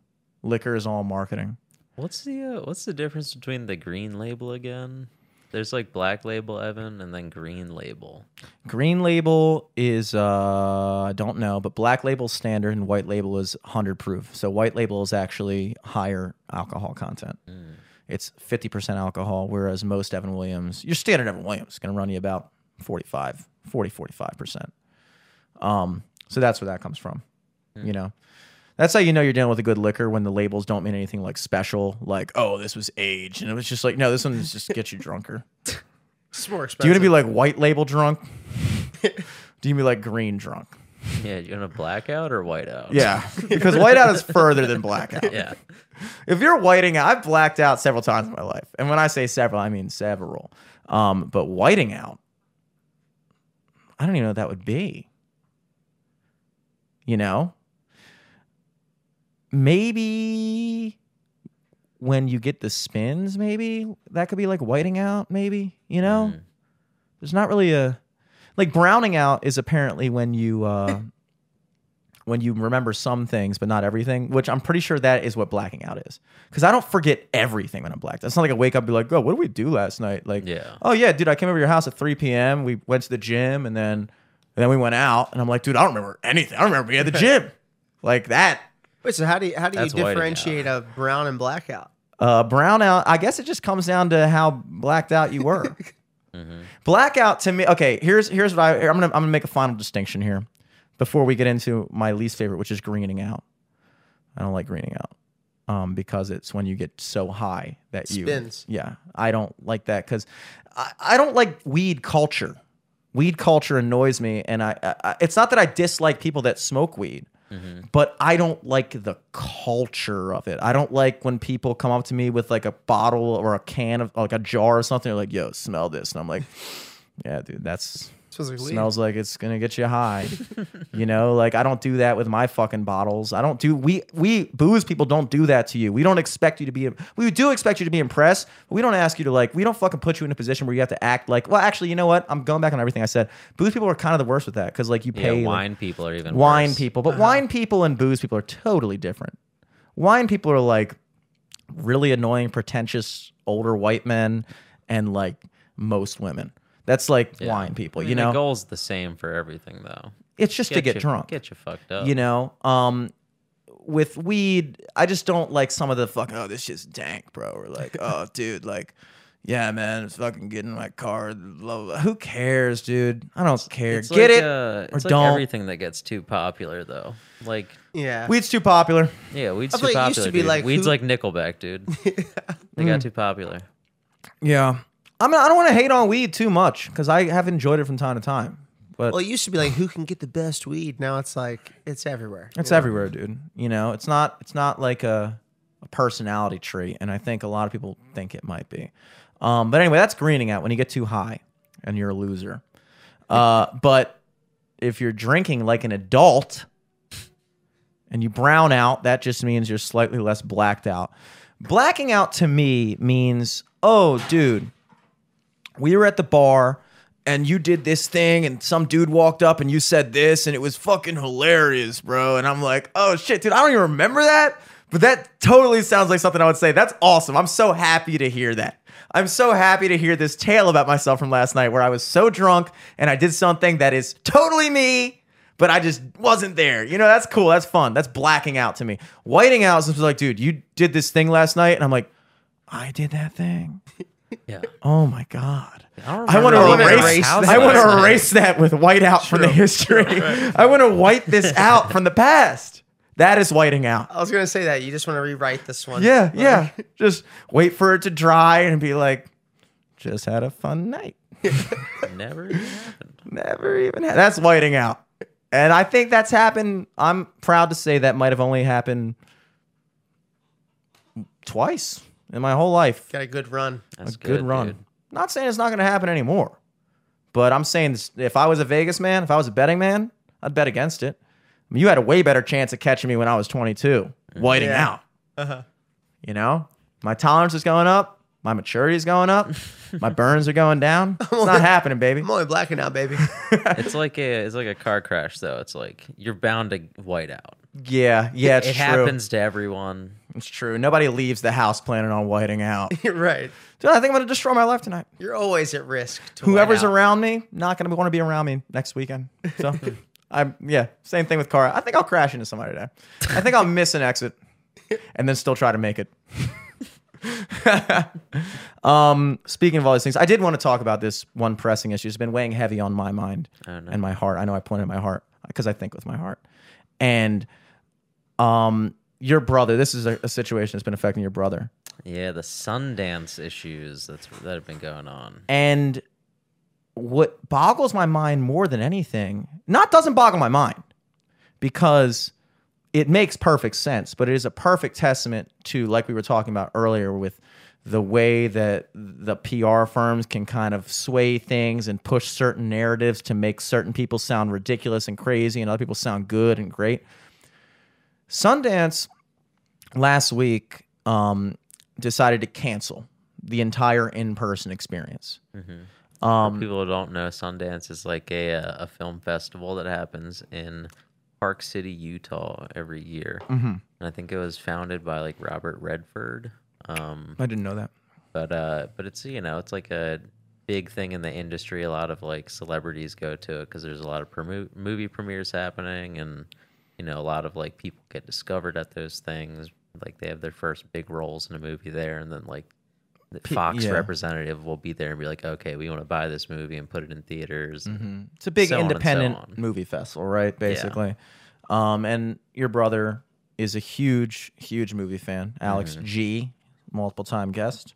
Liquor is all marketing.
What's the uh, what's the difference between the green label again? There's like black label Evan and then green label.
Green label is uh I don't know, but black label standard and white label is 100 proof. So white label is actually higher alcohol content. It's 50% alcohol whereas most Evan Williams, your standard Evan Williams is going to run you about 45, 40 45%. Um so that's where that comes from. You know. That's how you know you're dealing with a good liquor when the labels don't mean anything like special, like oh this was aged, and it was just like no, this one is just get you drunker.
It's more expensive.
Do you want to be like white label drunk? Do you mean like green drunk?
Yeah, you want a blackout or whiteout?
Yeah, because whiteout is further than blackout.
Yeah.
If you're whiting out, I've blacked out several times in my life, and when I say several, I mean several. Um, but whiting out, I don't even know what that would be. You know, maybe when you get the spins, maybe that could be like whiting out. Maybe you know,
Mm.
there's not really a like browning out is apparently when you uh when you remember some things but not everything which i'm pretty sure that is what blacking out is because i don't forget everything when i'm blacked out. it's not like i wake up and be like oh what did we do last night like
Yeah.
oh yeah dude i came over to your house at 3 p.m we went to the gym and then and then we went out and i'm like dude i don't remember anything i don't remember being at the gym like that
Wait, so how do you, how do you
That's whiting out.
differentiate a brown and blackout?
Uh, brownout. I guess it just comes down to how blacked out you were. Blackout to me. Okay, here's here's what I. I'm gonna I'm gonna make a final distinction here, before we get into my least favorite, which is greening out. I don't like greening out, um, because it's when you get so high that you
Spins.
Yeah, I don't like that because I, I don't like weed culture. Weed culture annoys me, and I, I, I it's not that I dislike people that smoke weed but I don't like the culture of it. I don't like when people come up to me with like a bottle or a can of like a jar or something. They're like, "Yo, smell this," and I'm like, "Yeah, dude, that's
Smells like weed.
smells like it's gonna get you high." you know, like I don't do that with my fucking bottles. I don't do we we booze people don't do that to you. We don't expect you to be we do expect you to be impressed, but we don't ask you to like we don't fucking put you in a position where you have to act like. Well, actually, you know what? I'm going back on everything I said. Booze people are kind of the worst with that because like you
Yeah,
pay like-
wine people are even
wine
worse.
people, but wine people and booze people are totally different. Wine people are like really annoying, pretentious older white men and like most women. That's like wine people,
I
you
mean, the
know.
goal's the same for everything though.
it's just to get
you,
drunk,
Get you fucked up.
you know. Um, with weed, I just don't like some of the fucking. Oh, this shit's dank, bro. Or like, oh, dude, like, yeah, man, it's fucking getting my car. Blah, blah. Who cares, dude? I don't care.
It's
Get
like,
it?
uh, it's
or
like
don't.
everything that gets too popular, though. Like,
Yeah.
Weed's too popular.
yeah, weed's
I
too
feel like
popular.
it used to be
dude.
like,
weed's
who-
like Nickelback, dude. They
Hmm.
got too popular.
Yeah. I mean, I don't want to hate on weed too much because I have enjoyed it from time to time. But
well, it used to be like who can get the best weed. Now it's like it's everywhere.
It's everywhere, dude. You know, it's not it's not like a, a personality trait, and I think a lot of people think it might be. Um, but anyway, that's greening out when you get too high and you're a loser. Uh, but if you're drinking like an adult and you brown out, that just means you're slightly less blacked out. Blacking out to me means, oh, dude, we were at the bar and you did this thing and some dude walked up and you said this and it was fucking hilarious, bro. And I'm like, oh shit, dude, I don't even remember that. But that totally sounds like something I would say. That's awesome. I'm so happy to hear that. I'm so happy to hear this tale about myself from last night where I was so drunk and I did something that is totally me, but I just wasn't there. You know, that's cool. That's fun. That's blacking out to me. Whiting out is like, dude, you did this thing last night. And I'm like, I did that thing.
Yeah.
Oh my God.
don't
I want
remember
wanna
to
leaving
erase.
my
erase
house
I want
last
to
night.
erase that with white out from the history. I want to white this out from the past. That is whiting out.
I was gonna say that you just want to rewrite this one.
Yeah, yeah. Just wait for it to dry and be like, just had a fun night.
Never even happened.
Never even had. That's whiting out. And I think that's happened. I'm proud to say that might have only happened twice in my whole life.
Got a good run.
That's
a good, run.
dude.
Not saying it's not going to happen anymore, but I'm saying this, if I was a Vegas man, if I was a betting man, I'd bet against it. I mean, you had a way better chance of catching me when I was 22, whiting
Yeah.
out. You know, my tolerance is going up, my maturity is going up, my burns are going down. It's not happening, baby.
I'm only blacking out, baby.
It's like a it's like a car crash though. It's like you're bound to white out.
Yeah, yeah, it's
it
true.
happens to everyone.
It's true. Nobody leaves the house planning on whiting out.
You're right.
Dude, I think I'm going to destroy my life tonight.
You're always at risk. To
whoever's
white out.
around me not going to want to be around me next weekend. So I'm yeah, same thing with car. I think I'll crash into somebody today. I think I'll miss an exit and then still try to make it. um, speaking of all these things, I did want to talk about this one pressing issue. It's been weighing heavy on my mind
Oh, no.
and my heart. I know I pointed at my heart because I think with my heart. And um, your brother. This is a, a situation that's been affecting your brother.
Yeah, the Sundance issues that's that have been going on.
And what boggles my mind more than anything, not doesn't boggle my mind because it makes perfect sense, but it is a perfect testament to, like we were talking about earlier, with the way that the PR firms can kind of sway things and push certain narratives to make certain people sound ridiculous and crazy and other people sound good and great. Sundance last week um, decided to cancel the entire in person experience. Um,
For people who don't know, Sundance is like a uh, a film festival that happens in Park City, Utah, every year. Mm-hmm. And I think it was founded by like Robert Redford. Um,
I didn't know that.
but uh, but it's you know it's like a big thing in the industry. A lot of like celebrities go to it because there's a lot of premo- movie premieres happening, and you know a lot of like people get discovered at those things. Like they have their first big roles in a movie there, and then like the Fox
yeah.
representative will be there and be like, okay, we want to buy this movie and put it in theaters.
Mm. It's a big
Mm-hmm. So on and so
independent
on.
movie festival, right? Basically. Um, and your brother is a huge, huge movie fan, Alex
Mm-hmm.
G, multiple time guest.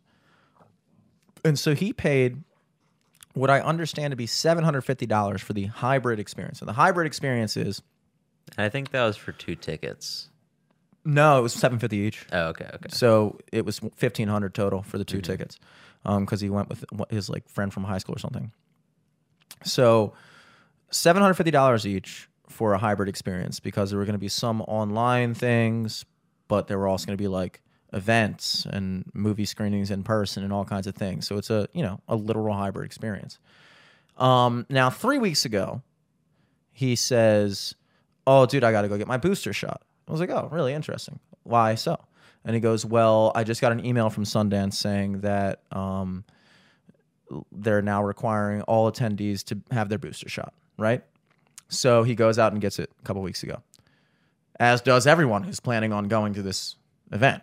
And so he paid what I understand to be $750 for the hybrid experience. And the hybrid experience is
And I think that was for two tickets.
no, it was 750 each.
Oh, okay, okay.
So it was fifteen hundred total for the 2 tickets, because he went with wh- his like friend from high school or something. So seven hundred fifty dollars each for a hybrid experience because there were going to be some online things, but there were also going to be like events and movie screenings in person and all kinds of things. So it's a you know a literal hybrid experience. Um, now three weeks ago, he says, "Oh, dude, I got to go get my booster shot." I was like, "Oh, really interesting. Why so?" And he goes, "Well, I just got an email from Sundance saying that um, they're now requiring all attendees to have their booster shot, right?" So he goes out and gets it a couple weeks ago, as does everyone who's planning on going to this event.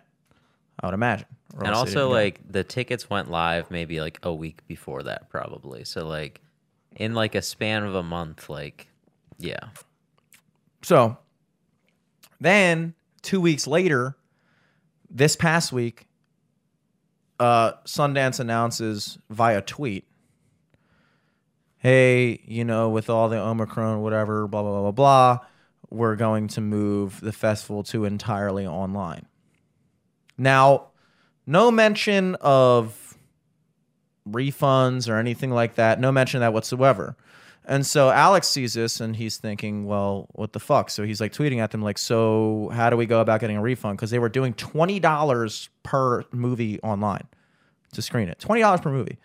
I would imagine. Or
and
else they didn't
also
get
like the tickets went live maybe like a week before that probably so like in like a span of a month like yeah
it. so. Then two weeks later, this past week, uh, Sundance announces via tweet, "Hey, you know, with all the Omicron, whatever, blah blah blah blah blah, we're going to move the festival to entirely online." Now, no mention of refunds or anything like that. No mention of that whatsoever. And so Alex sees this and he's thinking, well, what the fuck? So he's like tweeting at them, like, so how do we go about getting a refund? Because they were doing $20 per movie online to screen it. $20 per movie.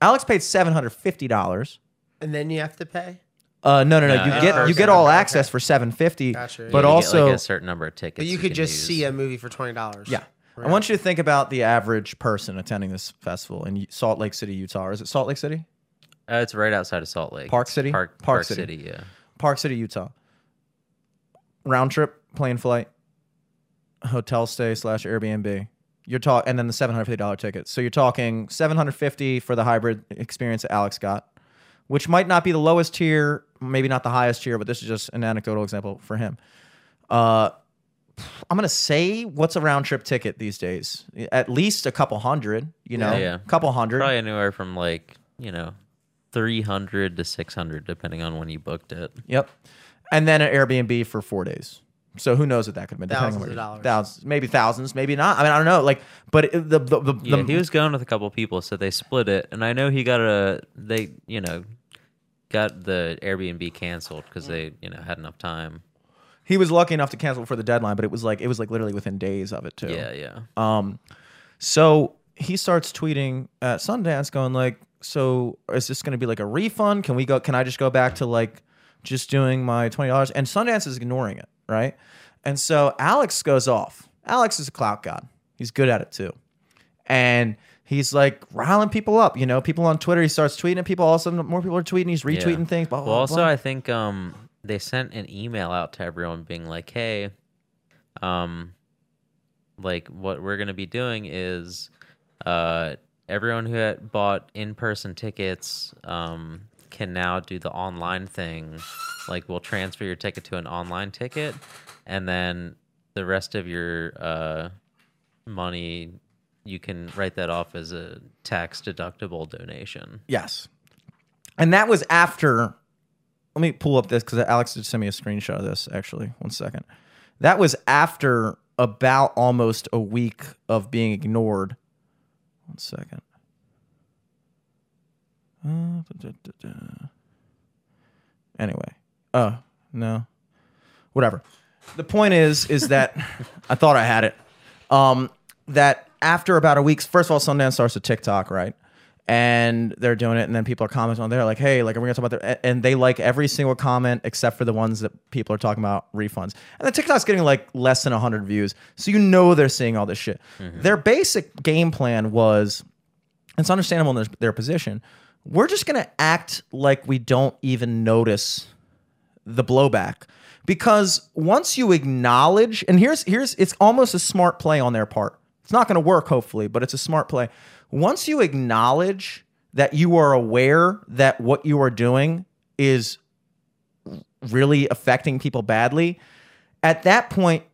Alex paid $750.
And then you have to pay.
Uh, no, no, no.
No,
you
in
get you
person.
get all
Okay, okay.
access for seven fifty,
Gotcha, yeah.
but
You get,
also
like a certain number of tickets
But you, could just see a movie for twenty dollars.
Yeah. I want you to think about the average person attending this festival in Salt Lake City, Utah. Or Is it Salt Lake City?
uh, it's right outside of salt lake
Park
It's
City?
park,
Park
park,
City.
city. yeah
Park City, Utah. Round trip, plane flight, hotel stay slash Airbnb. You're talk, and then the seven hundred fifty dollar ticket. So you're talking seven hundred fifty for the hybrid experience that Alex got, which might not be the lowest tier, maybe not the highest tier, but this is just an anecdotal example for him. Uh, I'm gonna say what's a round trip ticket these days? At least a couple hundred, you know,
Yeah, yeah.
couple hundred.
probably anywhere from like you know 300 to 600 depending on when you booked it
Yep. And then an Airbnb for four days. So who knows what that could have been? depending on
Thousands
where-
of dollars.
Thousands, maybe thousands, maybe not. I mean, I don't know. Like, but it, the the, the,
yeah,
the
he was going with a couple people so they split it and i know he got a they you know got the airbnb canceled because they you know had enough time
he was lucky enough to cancel before the deadline, but it was like it was like literally within days of it too.
yeah yeah
Um, so he starts tweeting at Sundance, going like, "So is this going to be like a refund? Can we go? Can I just go back to like just doing my twenty dollars?" And Sundance is ignoring it, right? And so Alex goes off. Alex is a clout god. He's good at it too, and he's like riling people up. You know, people on Twitter. He starts tweeting at people. All of a sudden, more people are tweeting. He's
Yeah.
retweeting things. Blah, blah,
well, also,
blah.
I think um, they sent an email out to everyone being like, "Hey, um, like what we're gonna be doing is, uh, everyone who had bought in-person tickets, um, can now do the online thing. Like, we'll transfer your ticket to an online ticket, and then the rest of your uh, money." You can write that off as a tax deductible donation.
Yes. And that was after. Let me pull up this because Alex did send me a screenshot of this, actually. One second. That was after about almost a week of being ignored. One second. Uh, da, da, da, da. Anyway. Oh, no. Whatever. The point is, is that I thought I had it. Um, that after about a week, first of all, Sundance starts a TikTok, right? And they're doing it, and then people are commenting on there, like, "Hey, like, are we gonna talk about that?" And they like every single comment except for the ones that people are talking about refunds. And the TikTok's getting like less than hundred views, so you know they're seeing all this shit. Their basic game plan was it's understandable in their, their position. We're just going to act like we don't even notice the blowback because once you acknowledge, and here's here's it's almost a smart play on their part. It's not going to work, hopefully, but it's a smart play. Once you acknowledge that you are aware that what you are doing is really affecting people badly, at that point,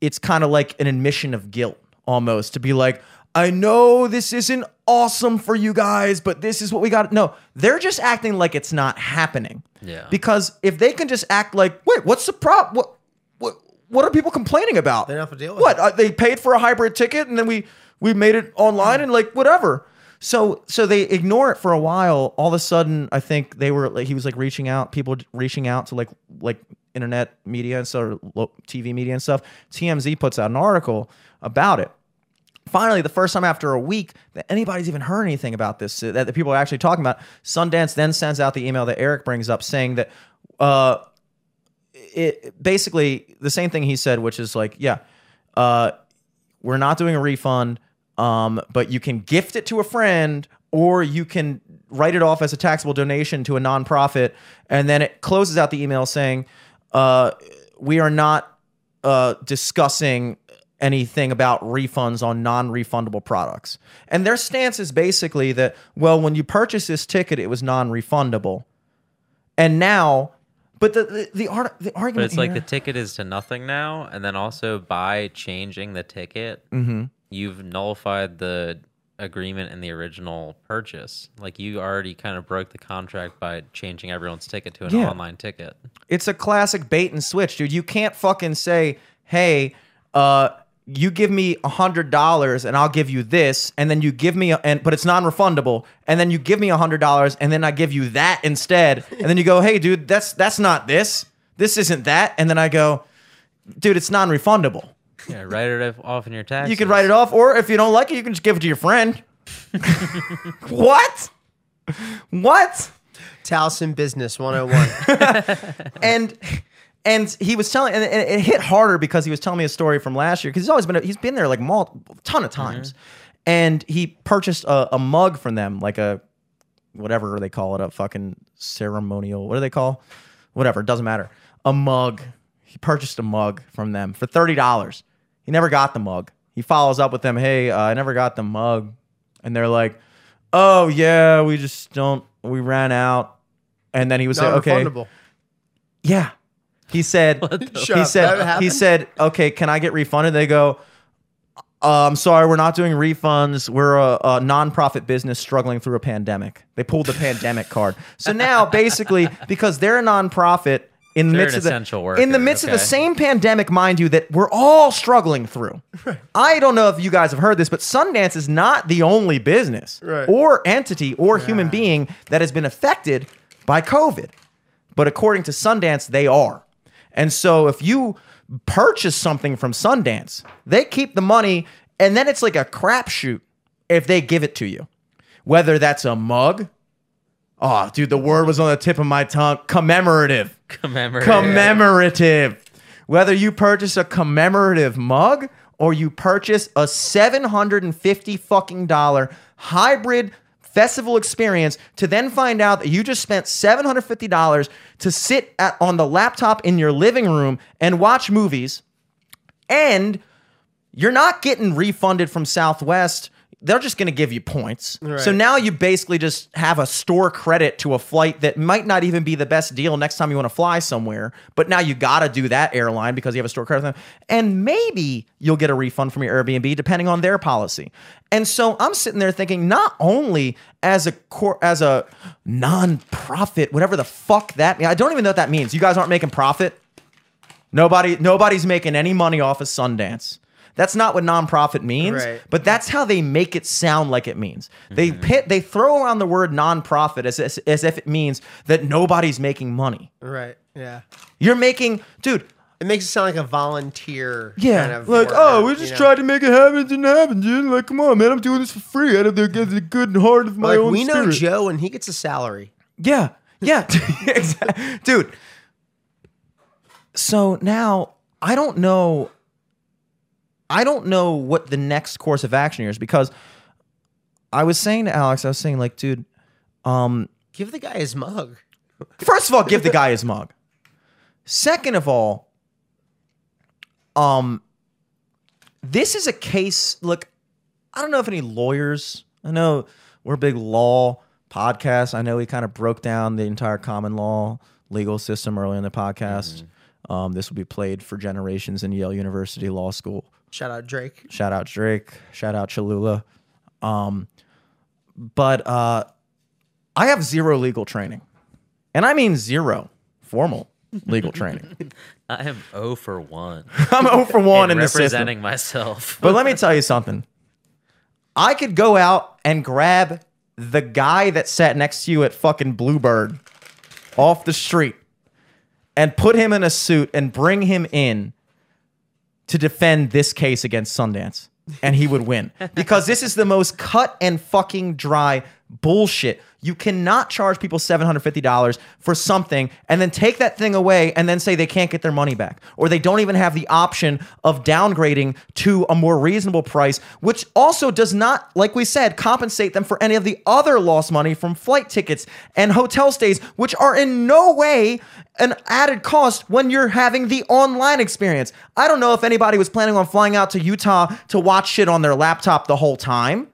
it's kind of like an admission of guilt almost to be like, I know this isn't awesome for you guys, but this is what we got. No, they're just acting like it's not happening.
Yeah.
Because if they can just act like, wait, what's the problem? What, what, what are people complaining about?
They're not gonna deal with
What
it.
uh, they paid for a hybrid ticket, and then we we made it online and like whatever. So so they ignore it for a while. All of a sudden, I think they were like he was like reaching out, people reaching out to like like internet media and so lo- TV media and stuff. TMZ puts out an article about it finally, the first time after a week that anybody's even heard anything about this, uh, that the people are actually talking about, Sundance then sends out the email that Eric brings up saying that uh, it basically the same thing he said, which is like, yeah, uh, we're not doing a refund, um, but you can gift it to a friend or you can write it off as a taxable donation to a nonprofit. And then it closes out the email saying, uh, we are not uh, discussing anything about refunds on non-refundable products. And their stance is basically that well, when you purchase this ticket, it was non-refundable, and now, but the the, the, art, the
But
argument
it's like
here-
the ticket is to nothing now, and then also by changing the ticket,
Mm-hmm.
you've nullified the agreement in the original purchase. Like you already kind of broke the contract by changing everyone's ticket to an
Yeah.
online ticket.
It's a classic bait and switch, dude. You can't fucking say, "Hey, uh, you give me a hundred dollars and I'll give you this," and then you give me, a, and but it's non-refundable, and then you give me a hundred dollars and then I give you that instead, and then you go, "Hey, dude, that's that's not this. This isn't that," and then I go, "Dude, it's non-refundable.
Yeah, write it off- off in your taxes.
You can write it off, or if you don't like it, you can just give it to your friend." what? What?
Towson Business 101.
and and he was telling and it, it hit harder because he was telling me a story from last year because he's always been he's been there like mul- ton of times and he purchased a, a mug from them like a whatever they call it a fucking ceremonial what do they call whatever it doesn't matter a mug he purchased a mug from them for $30 he never got the mug he follows up with them hey uh, i never got the mug and they're like oh yeah we just don't we ran out and then he was like okay
Non-refundable.
yeah. He said
Shut
he
up. That
said he
happened?
said, "Okay, can I get refunded?" They go, uh, "I'm sorry, we're not doing refunds. We're a, a nonprofit business struggling through a pandemic." They pulled the pandemic card. So now basically because they're a nonprofit in the
They're
midst
an
of the
essential
in the
worker,
midst of the
okay.
same pandemic, mind you, that we're all struggling through. I don't know if you guys have heard this, but Sundance is not the only business
Right.
or entity or human being that has been affected by COVID. But according to Sundance, they are. And so if you purchase something from Sundance, they keep the money, and then it's like a crapshoot if they give it to you. Whether that's a mug, oh, dude, the word was on the tip of my tongue commemorative
Commemorate.
commemorative. Whether you purchase a commemorative mug or you purchase a 750 fucking dollar hybrid festival experience to then find out that you just spent $750 to sit at, on the laptop in your living room and watch movies and you're not getting refunded from Southwest. They're just going to give you points. So now you basically just have a store credit to a flight that might not even be the best deal next time you want to fly somewhere. But now you got to do that airline because you have a store credit. with them. And maybe you'll get a refund from your Airbnb depending on their policy. And so I'm sitting there thinking, not only as a cor- as a nonprofit, whatever the fuck that I don't even know what that means. You guys aren't making profit. Nobody, nobody's making any money off of Sundance. That's not what nonprofit means,
Right. Mm-hmm.
but that's how they make it sound like it means. They pit, they throw around the word nonprofit as, as as if it means that nobody's making money.
right. Yeah.
You're making, dude.
It makes it sound like a volunteer.
Yeah,
Kind of
like
worker,
oh, we just
you know?
tried to make it happen, it didn't happen, dude. Like, come on, man, I'm doing this for free out of the, the good and heart of my
Like
own.
we know
spirit.
Joe, and he gets a salary.
Yeah, yeah, exactly, dude. So now I don't know. I don't know what the next course of action here is because I was saying to Alex, I was saying like, dude, um,
Give the guy his mug.
first of all, give the guy his mug. Second of all, um, this is a case. Look, I don't know if any lawyers. I know we're a big law podcast. I know we kind of broke down the entire common law legal system earlier in the podcast. Um, this will be played for generations in Yale University Law School.
Shout out Drake.
Shout out Drake. Shout out Cholula. Um, but uh, I have zero legal training, and I mean zero formal legal training.
I am 0 for 1
I'm 0 for one in,
in
this system.
representing myself.
But let me tell you something. I could go out and grab the guy that sat next to you at fucking Bluebird off the street and put him in a suit and bring him in to defend this case against Sundance. And he would win because this is the most cut and fucking dry bullshit. You cannot charge people $750 for something and then take that thing away and then say they can't get their money back or they don't even have the option of downgrading to a more reasonable price, which also does not, like we said, compensate them for any of the other lost money from flight tickets and hotel stays, which are in no way an added cost when you're having the online experience. I don't know if anybody was planning on flying out to Utah to watch shit on their laptop the whole time.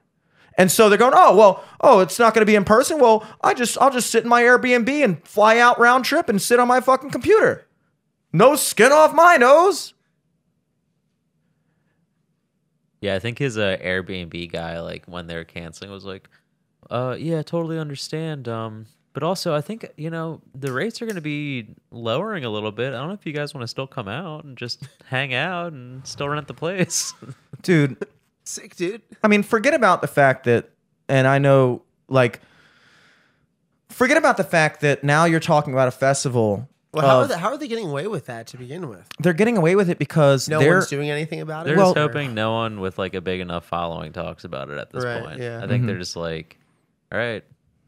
And so they're going, oh well, oh it's not going to be in person. Well, I just I'll just sit in my Airbnb and fly out round trip and sit on my fucking computer. No skin off my nose.
Yeah, I think his uh, Airbnb guy, like when they were canceling, was like, uh, "Yeah, totally understand." Um, but also, I think you know the rates are going to be lowering a little bit. I don't know if you guys want to still come out and just hang out and still rent the place.
Dude,
Sick, dude.
I mean, forget about the fact that, and I know, like, forget about the fact that now you're talking about a festival.
Well, how,
of-
are they, how are they getting away with that to begin with?
they're getting away with it because
No
they're
one's doing anything about it.
They're
Well-
just hoping no one with like a big enough following talks about it at this
Right,
point.
yeah. Mm-hmm.
I think they're just like, all right,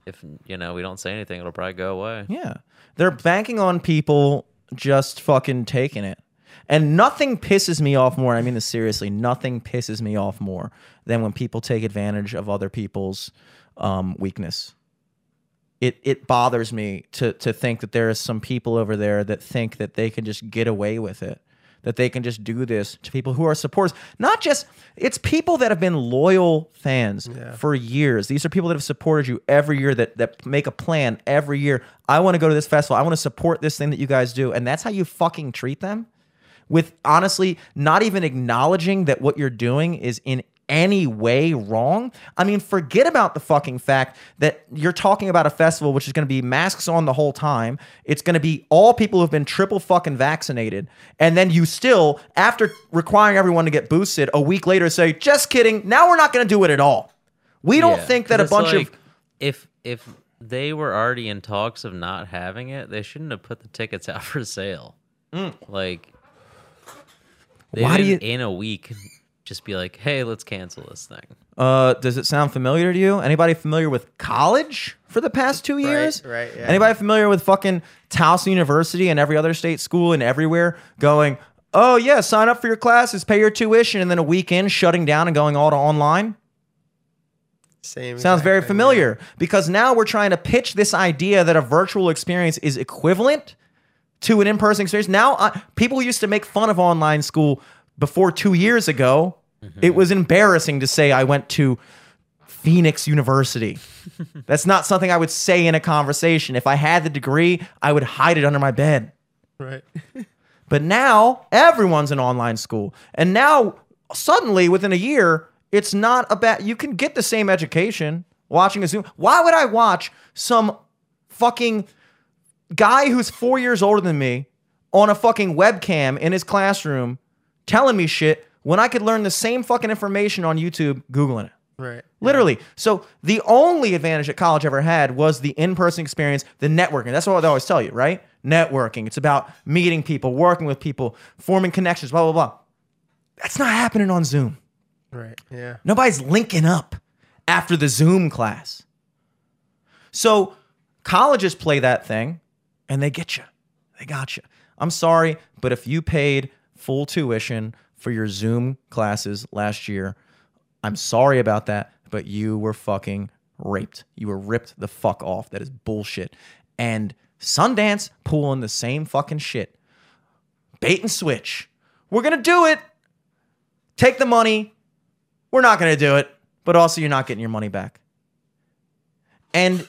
if you know we don't say anything, it'll probably go away.
Yeah. They're banking on people just fucking taking it. And nothing pisses me off more, and I mean this seriously, nothing pisses me off more than when people take advantage of other people's um, weakness. It it bothers me to to think that there is some people over there that think that they can just get away with it. That they can just do this to people who are supporters. Not just it's people that have been loyal fans for years. These are people that have supported you every year that that make a plan every year. I want to go to this festival. I want to support this thing that you guys do. And that's how you fucking treat them? With honestly not even acknowledging that what you're doing is in any way wrong. I mean, forget about the fucking fact that you're talking about a festival which is going to be masks on the whole time. It's going to be all people who've been triple fucking vaccinated. And then you still, after requiring everyone to get boosted, a week later say, just kidding. Now we're not going to do it at all. We don't
Yeah,
think that
'cause
a
it's
bunch of
like, if if they were already in talks of not having it, they shouldn't have put the tickets out for sale. Like, they
Mm. Why do
didn't in a week just be like, hey, let's cancel this thing?
Uh, does it sound familiar to you? Anybody familiar with college for the past two years?
right, yeah.
Anybody familiar with fucking Towson University and every other state school and everywhere going, oh, yeah, sign up for your classes, pay your tuition, and then a weekend shutting down and going all to online?
Same.
Sounds
exact
very
thing.
familiar because now we're trying to pitch this idea that a virtual experience is equivalent to an in-person experience. Now, I, people used to make fun of online school before two years ago. It was embarrassing to say I went to Phoenix University. That's not something I would say in a conversation. If I had the degree, I would hide it under my bed.
Right.
But now everyone's in online school. And now suddenly within a year, it's not a bad you can get the same education watching a Zoom. Why would I watch some fucking guy who's four years older than me on a fucking webcam in his classroom telling me shit when I could learn the same fucking information on YouTube Googling it?
Right.
Literally. So the only advantage that college ever had was the in-person experience, the networking. That's what they always tell you, right? Networking. It's about meeting people, working with people, forming connections, blah, blah, blah. That's not happening on Zoom.
Right. Yeah.
Nobody's linking up after the Zoom class. So colleges play that thing and they get you. They got you. I'm sorry, but if you paid full tuition for your Zoom classes last year, I'm sorry about that, but you were fucking raped. You were ripped the fuck off. That is bullshit. And Sundance pulling the same fucking shit. Bait and switch. We're going to do it. Take the money, we're not going to do it, but also you're not getting your money back. And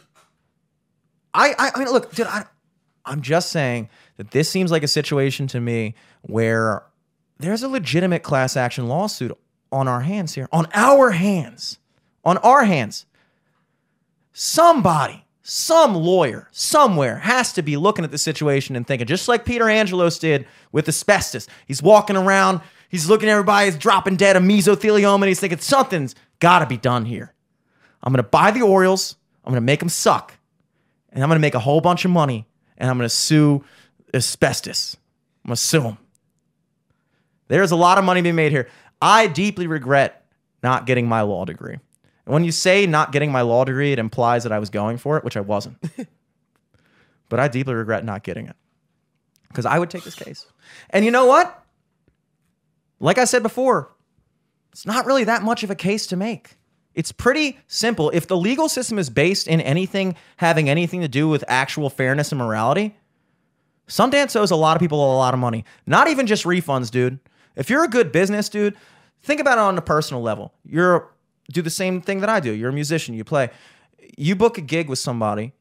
I, I, I mean, look, dude, I, I'm just saying that this seems like a situation to me where there's a legitimate class action lawsuit on our hands here, on our hands, on our hands. Somebody, some lawyer somewhere has to be looking at the situation and thinking, just like Peter Angelos did with asbestos. He's walking around, he's looking at everybody, he's dropping dead of mesothelioma, and he's thinking, something's got to be done here. I'm going to buy the Orioles, I'm going to make them suck, and I'm going to make a whole bunch of money, and I'm going to sue asbestos. I'm going to sue them. There's a lot of money being made here. I deeply regret not getting my law degree. When you say not getting my law degree, it implies that I was going for it, which I wasn't. but I deeply regret not getting it because I would take this case. And you know what? Like I said before, it's not really that much of a case to make. It's pretty simple. If the legal system is based in anything having anything to do with actual fairness and morality, Sundance owes a lot of people a lot of money. Not even just refunds, dude. If you're a good business, dude, think about it on a personal level. You're do the same thing that I do. You're a musician, you play. You book a gig with somebody.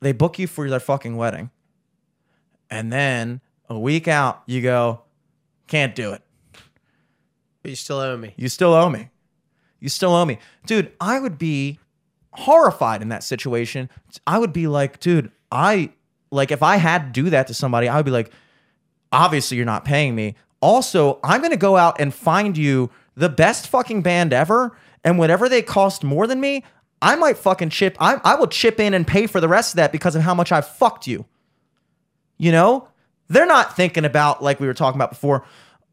They book you for their fucking wedding. And then a week out, you go, can't do it.
But you still owe me.
You still owe me. You still owe me. Dude, I would be horrified in that situation. I would be like, dude, I like if I had to do that to somebody, I would be like, obviously you're not paying me. Also, I'm going to go out and find you the best fucking band ever and whatever they cost more than me, I might fucking chip I I will chip in and pay for the rest of that because of how much I fucked you. You know? They're not thinking about like we were talking about before.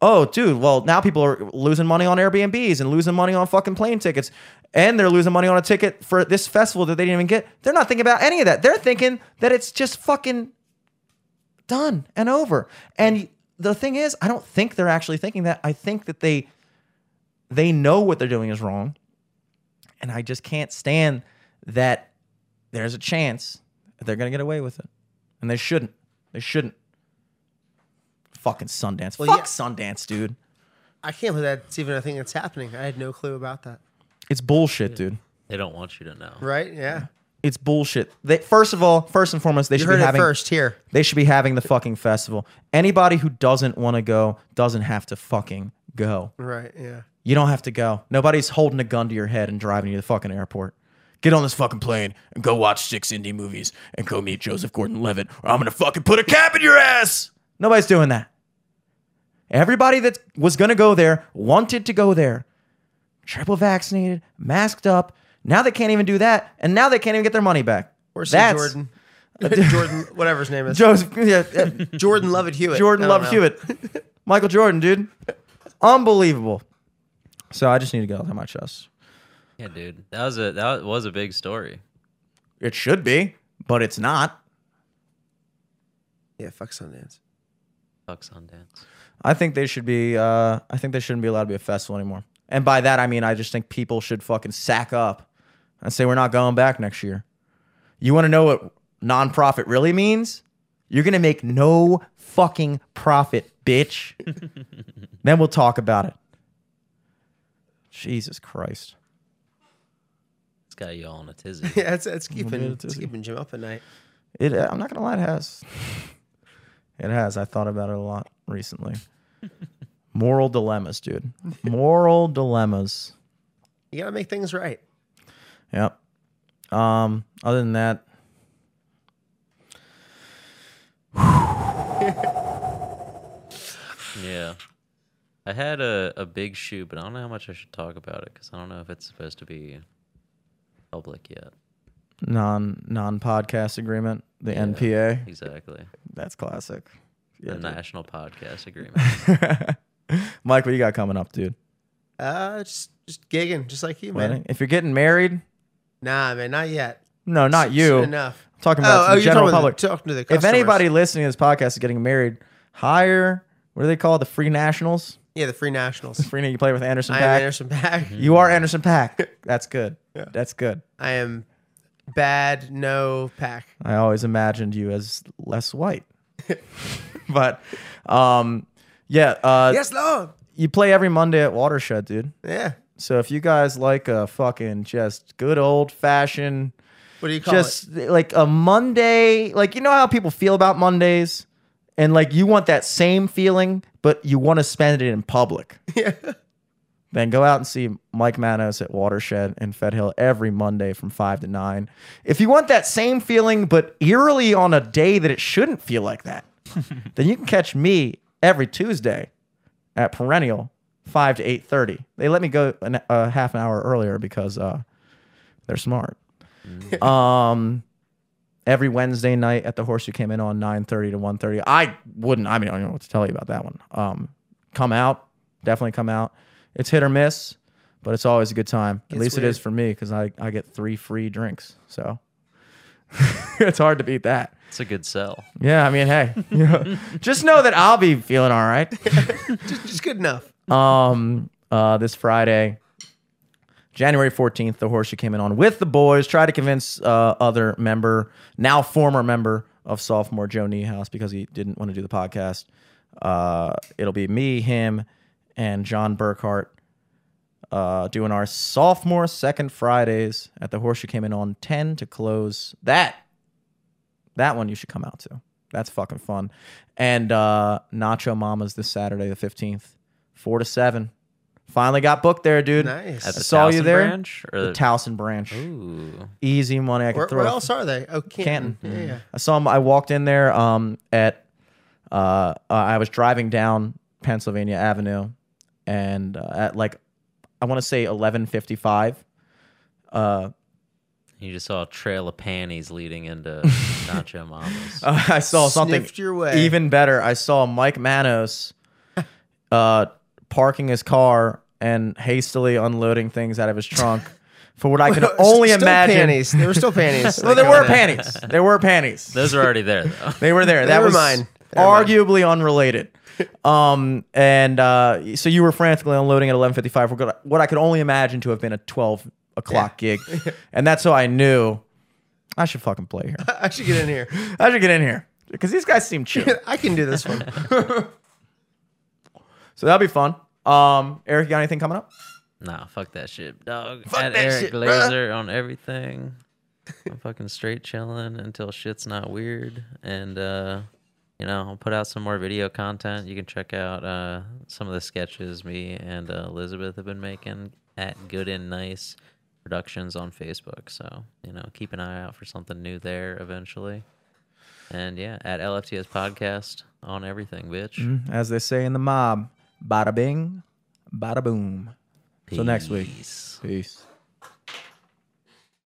Oh, dude, well, now people are losing money on Airbnbs and losing money on fucking plane tickets and they're losing money on a ticket for this festival that they didn't even get. They're not thinking about any of that. They're thinking that it's just fucking done and over. And the thing is, I don't think they're actually thinking that. I think that they they know what they're doing is wrong. And I just can't stand that there's a chance that they're going to get away with it. And they shouldn't. They shouldn't. Fucking Sundance.
Well,
Fuck
yeah.
Sundance, dude.
I can't believe that's even a thing that's happening. I had no clue about that.
It's bullshit, dude.
They don't want you to know.
Right? Yeah.
It's bullshit. They, first of all, first and foremost, they
You
should
heard
be
it
having
first here.
They should be having the fucking festival. Anybody who doesn't want to go doesn't have to fucking go.
Right. Yeah.
You don't have to go. Nobody's holding a gun to your head and driving you to the fucking airport. Get on this fucking plane and go watch six indie movies and go meet Joseph Gordon Levitt, or I'm gonna fucking put a cap in your ass. Nobody's doing that. Everybody that was gonna go there wanted to go there. Triple vaccinated, masked up. Now they can't even do that, and now they can't even get their money back.
Where's
That's-
Jordan? Uh, Jordan, whatever his name is.
Joseph, yeah, yeah.
Jordan Lovett Hewitt. I
Jordan
don't
Love
know.
Hewitt. Michael Jordan, dude. Unbelievable. So I just need to get off my chest.
Yeah, dude. That was a that was a big story.
It should be, but it's not.
Yeah, fuck Sundance.
Fuck Sundance.
I think they should be. Uh, I think they shouldn't be allowed to be a festival anymore. And by that I mean I just think people should fucking sack up and say we're not going back next year. You want to know what nonprofit really means? You're gonna make no fucking profit, bitch. then we'll talk about it. Jesus Christ.
It's got you all in a tizzy.
Yeah, it's, it's keeping
yeah, it
it's
is.
keeping Jim up at night.
It. uh, I'm not gonna lie, it has. It has. I thought about it a lot recently. Moral dilemmas, dude. Moral dilemmas.
You gotta make things right.
Yep. Um, other than that,
Yeah. I had a, a big shoe, but I don't know how much I should talk about it because I don't know if it's supposed to be public yet.
non non podcast agreement, the NPA.
Exactly.
That's classic.
the
Yeah,
National Podcast Agreement.
dude. Mike, what you got coming up, dude?
Uh, just just gigging, just like you, man.
Wedding? If you're getting married,
Nah, man, not yet.
no, not
Soon
you. I'm
enough.
talking about the
Oh, you're
general
talking
public.
To the, talking to the
if
customers.
anybody listening to this podcast is getting married, hire what do they call it? The free nationals.
yeah, the Free Nationals.
Free you play with Anderson
I
Pack.
am Anderson Pack.
You are Anderson Pack. That's good.
Yeah.
That's good.
I am bad. No pack.
I always imagined you as less white. but um yeah, uh
yes, Lord.
you play every Monday at Watershed, dude.
Yeah.
So if you guys like a fucking just good old fashioned
What do you call
just like a Monday, like you know how people feel about Mondays and like you want that same feeling, but you want to spend it in public.
it? Yeah.
Then go out and see Mike Manos at Watershed in Fed Hill every Monday from 5 to 9. If you want that same feeling, but eerily on a day that it shouldn't feel like that, then you can catch me every Tuesday at Perennial 5 to 8.30. They let me go an, a half an hour earlier because uh, they're smart. um, every Wednesday night at the Horse you came in on 9.30 to 1.30. I wouldn't, I mean, I don't know what to tell you about that one. Um, come out, definitely come out. It's hit or miss, but it's always a good time. At
It's
least it
weird.
is for me because I, I get three free drinks. So it's hard to beat that.
It's a good sell.
Yeah, I mean, hey, you know, just know that I'll be feeling all right.
Just, just good enough.
Um, uh, this Friday, January 14th, the horse you came in on with the boys tried to convince uh, other member, now former member of sophomore Joe Niehaus because he didn't want to do the podcast. Uh, it'll be me, him, and John Burkhart uh, doing our sophomore second Fridays at the horse you came in on 10 to close that. That one you should come out to. That's fucking fun. And uh, Nacho Mama's this Saturday, the 15th, 4 to 7. Finally got booked there, dude.
Nice.
At the
I saw you
Towson
there.
Branch, or
The Towson branch.
Ooh.
Easy money I could
Where,
throw.
where else are they? Oh, Canton.
Canton. Mm-hmm.
Yeah, yeah.
I saw him. I walked in there um, at. Uh, I was driving down Pennsylvania Avenue, and uh, at like, I want to say eleven fifty five. Uh,
You just saw a trail of panties leading into Nacho Mama's.
I saw something
Sniffed your way.
even better. I saw Mike Manos, uh, parking his car and hastily unloading things out of his trunk. For what I can only
Still
imagine.
Panties. uh, There were still panties.
Well, there were panties. There were panties.
Those are already there, though.
They were there. That
were
was
mine. They were mine.
arguably unrelated. Um, and uh, so you were frantically unloading at 11:55 for good- what I could only imagine to have been a 12 o'clock gig, and that's how I knew I should fucking play here.
I should get in here.
I should get in here because these guys seem chill.
I can do this one.
so that'll be fun. Um, Eric, you got anything coming up?
Nah, fuck that shit, dog.
Fuck
At
that
Eric
shit, bruh.
Glazer on everything. I'm fucking straight chilling until shit's not weird. And, uh, you know, I'll put out some more video content. You can check out uh, some of the sketches me and uh, Elizabeth have been making at Good and Nice Productions on Facebook. So, you know, keep an eye out for something new there eventually. And yeah, at LFTS Podcast on everything, bitch.
As they say in the mob, bada bing, bada boom. Till next week.
Peace.
Peace.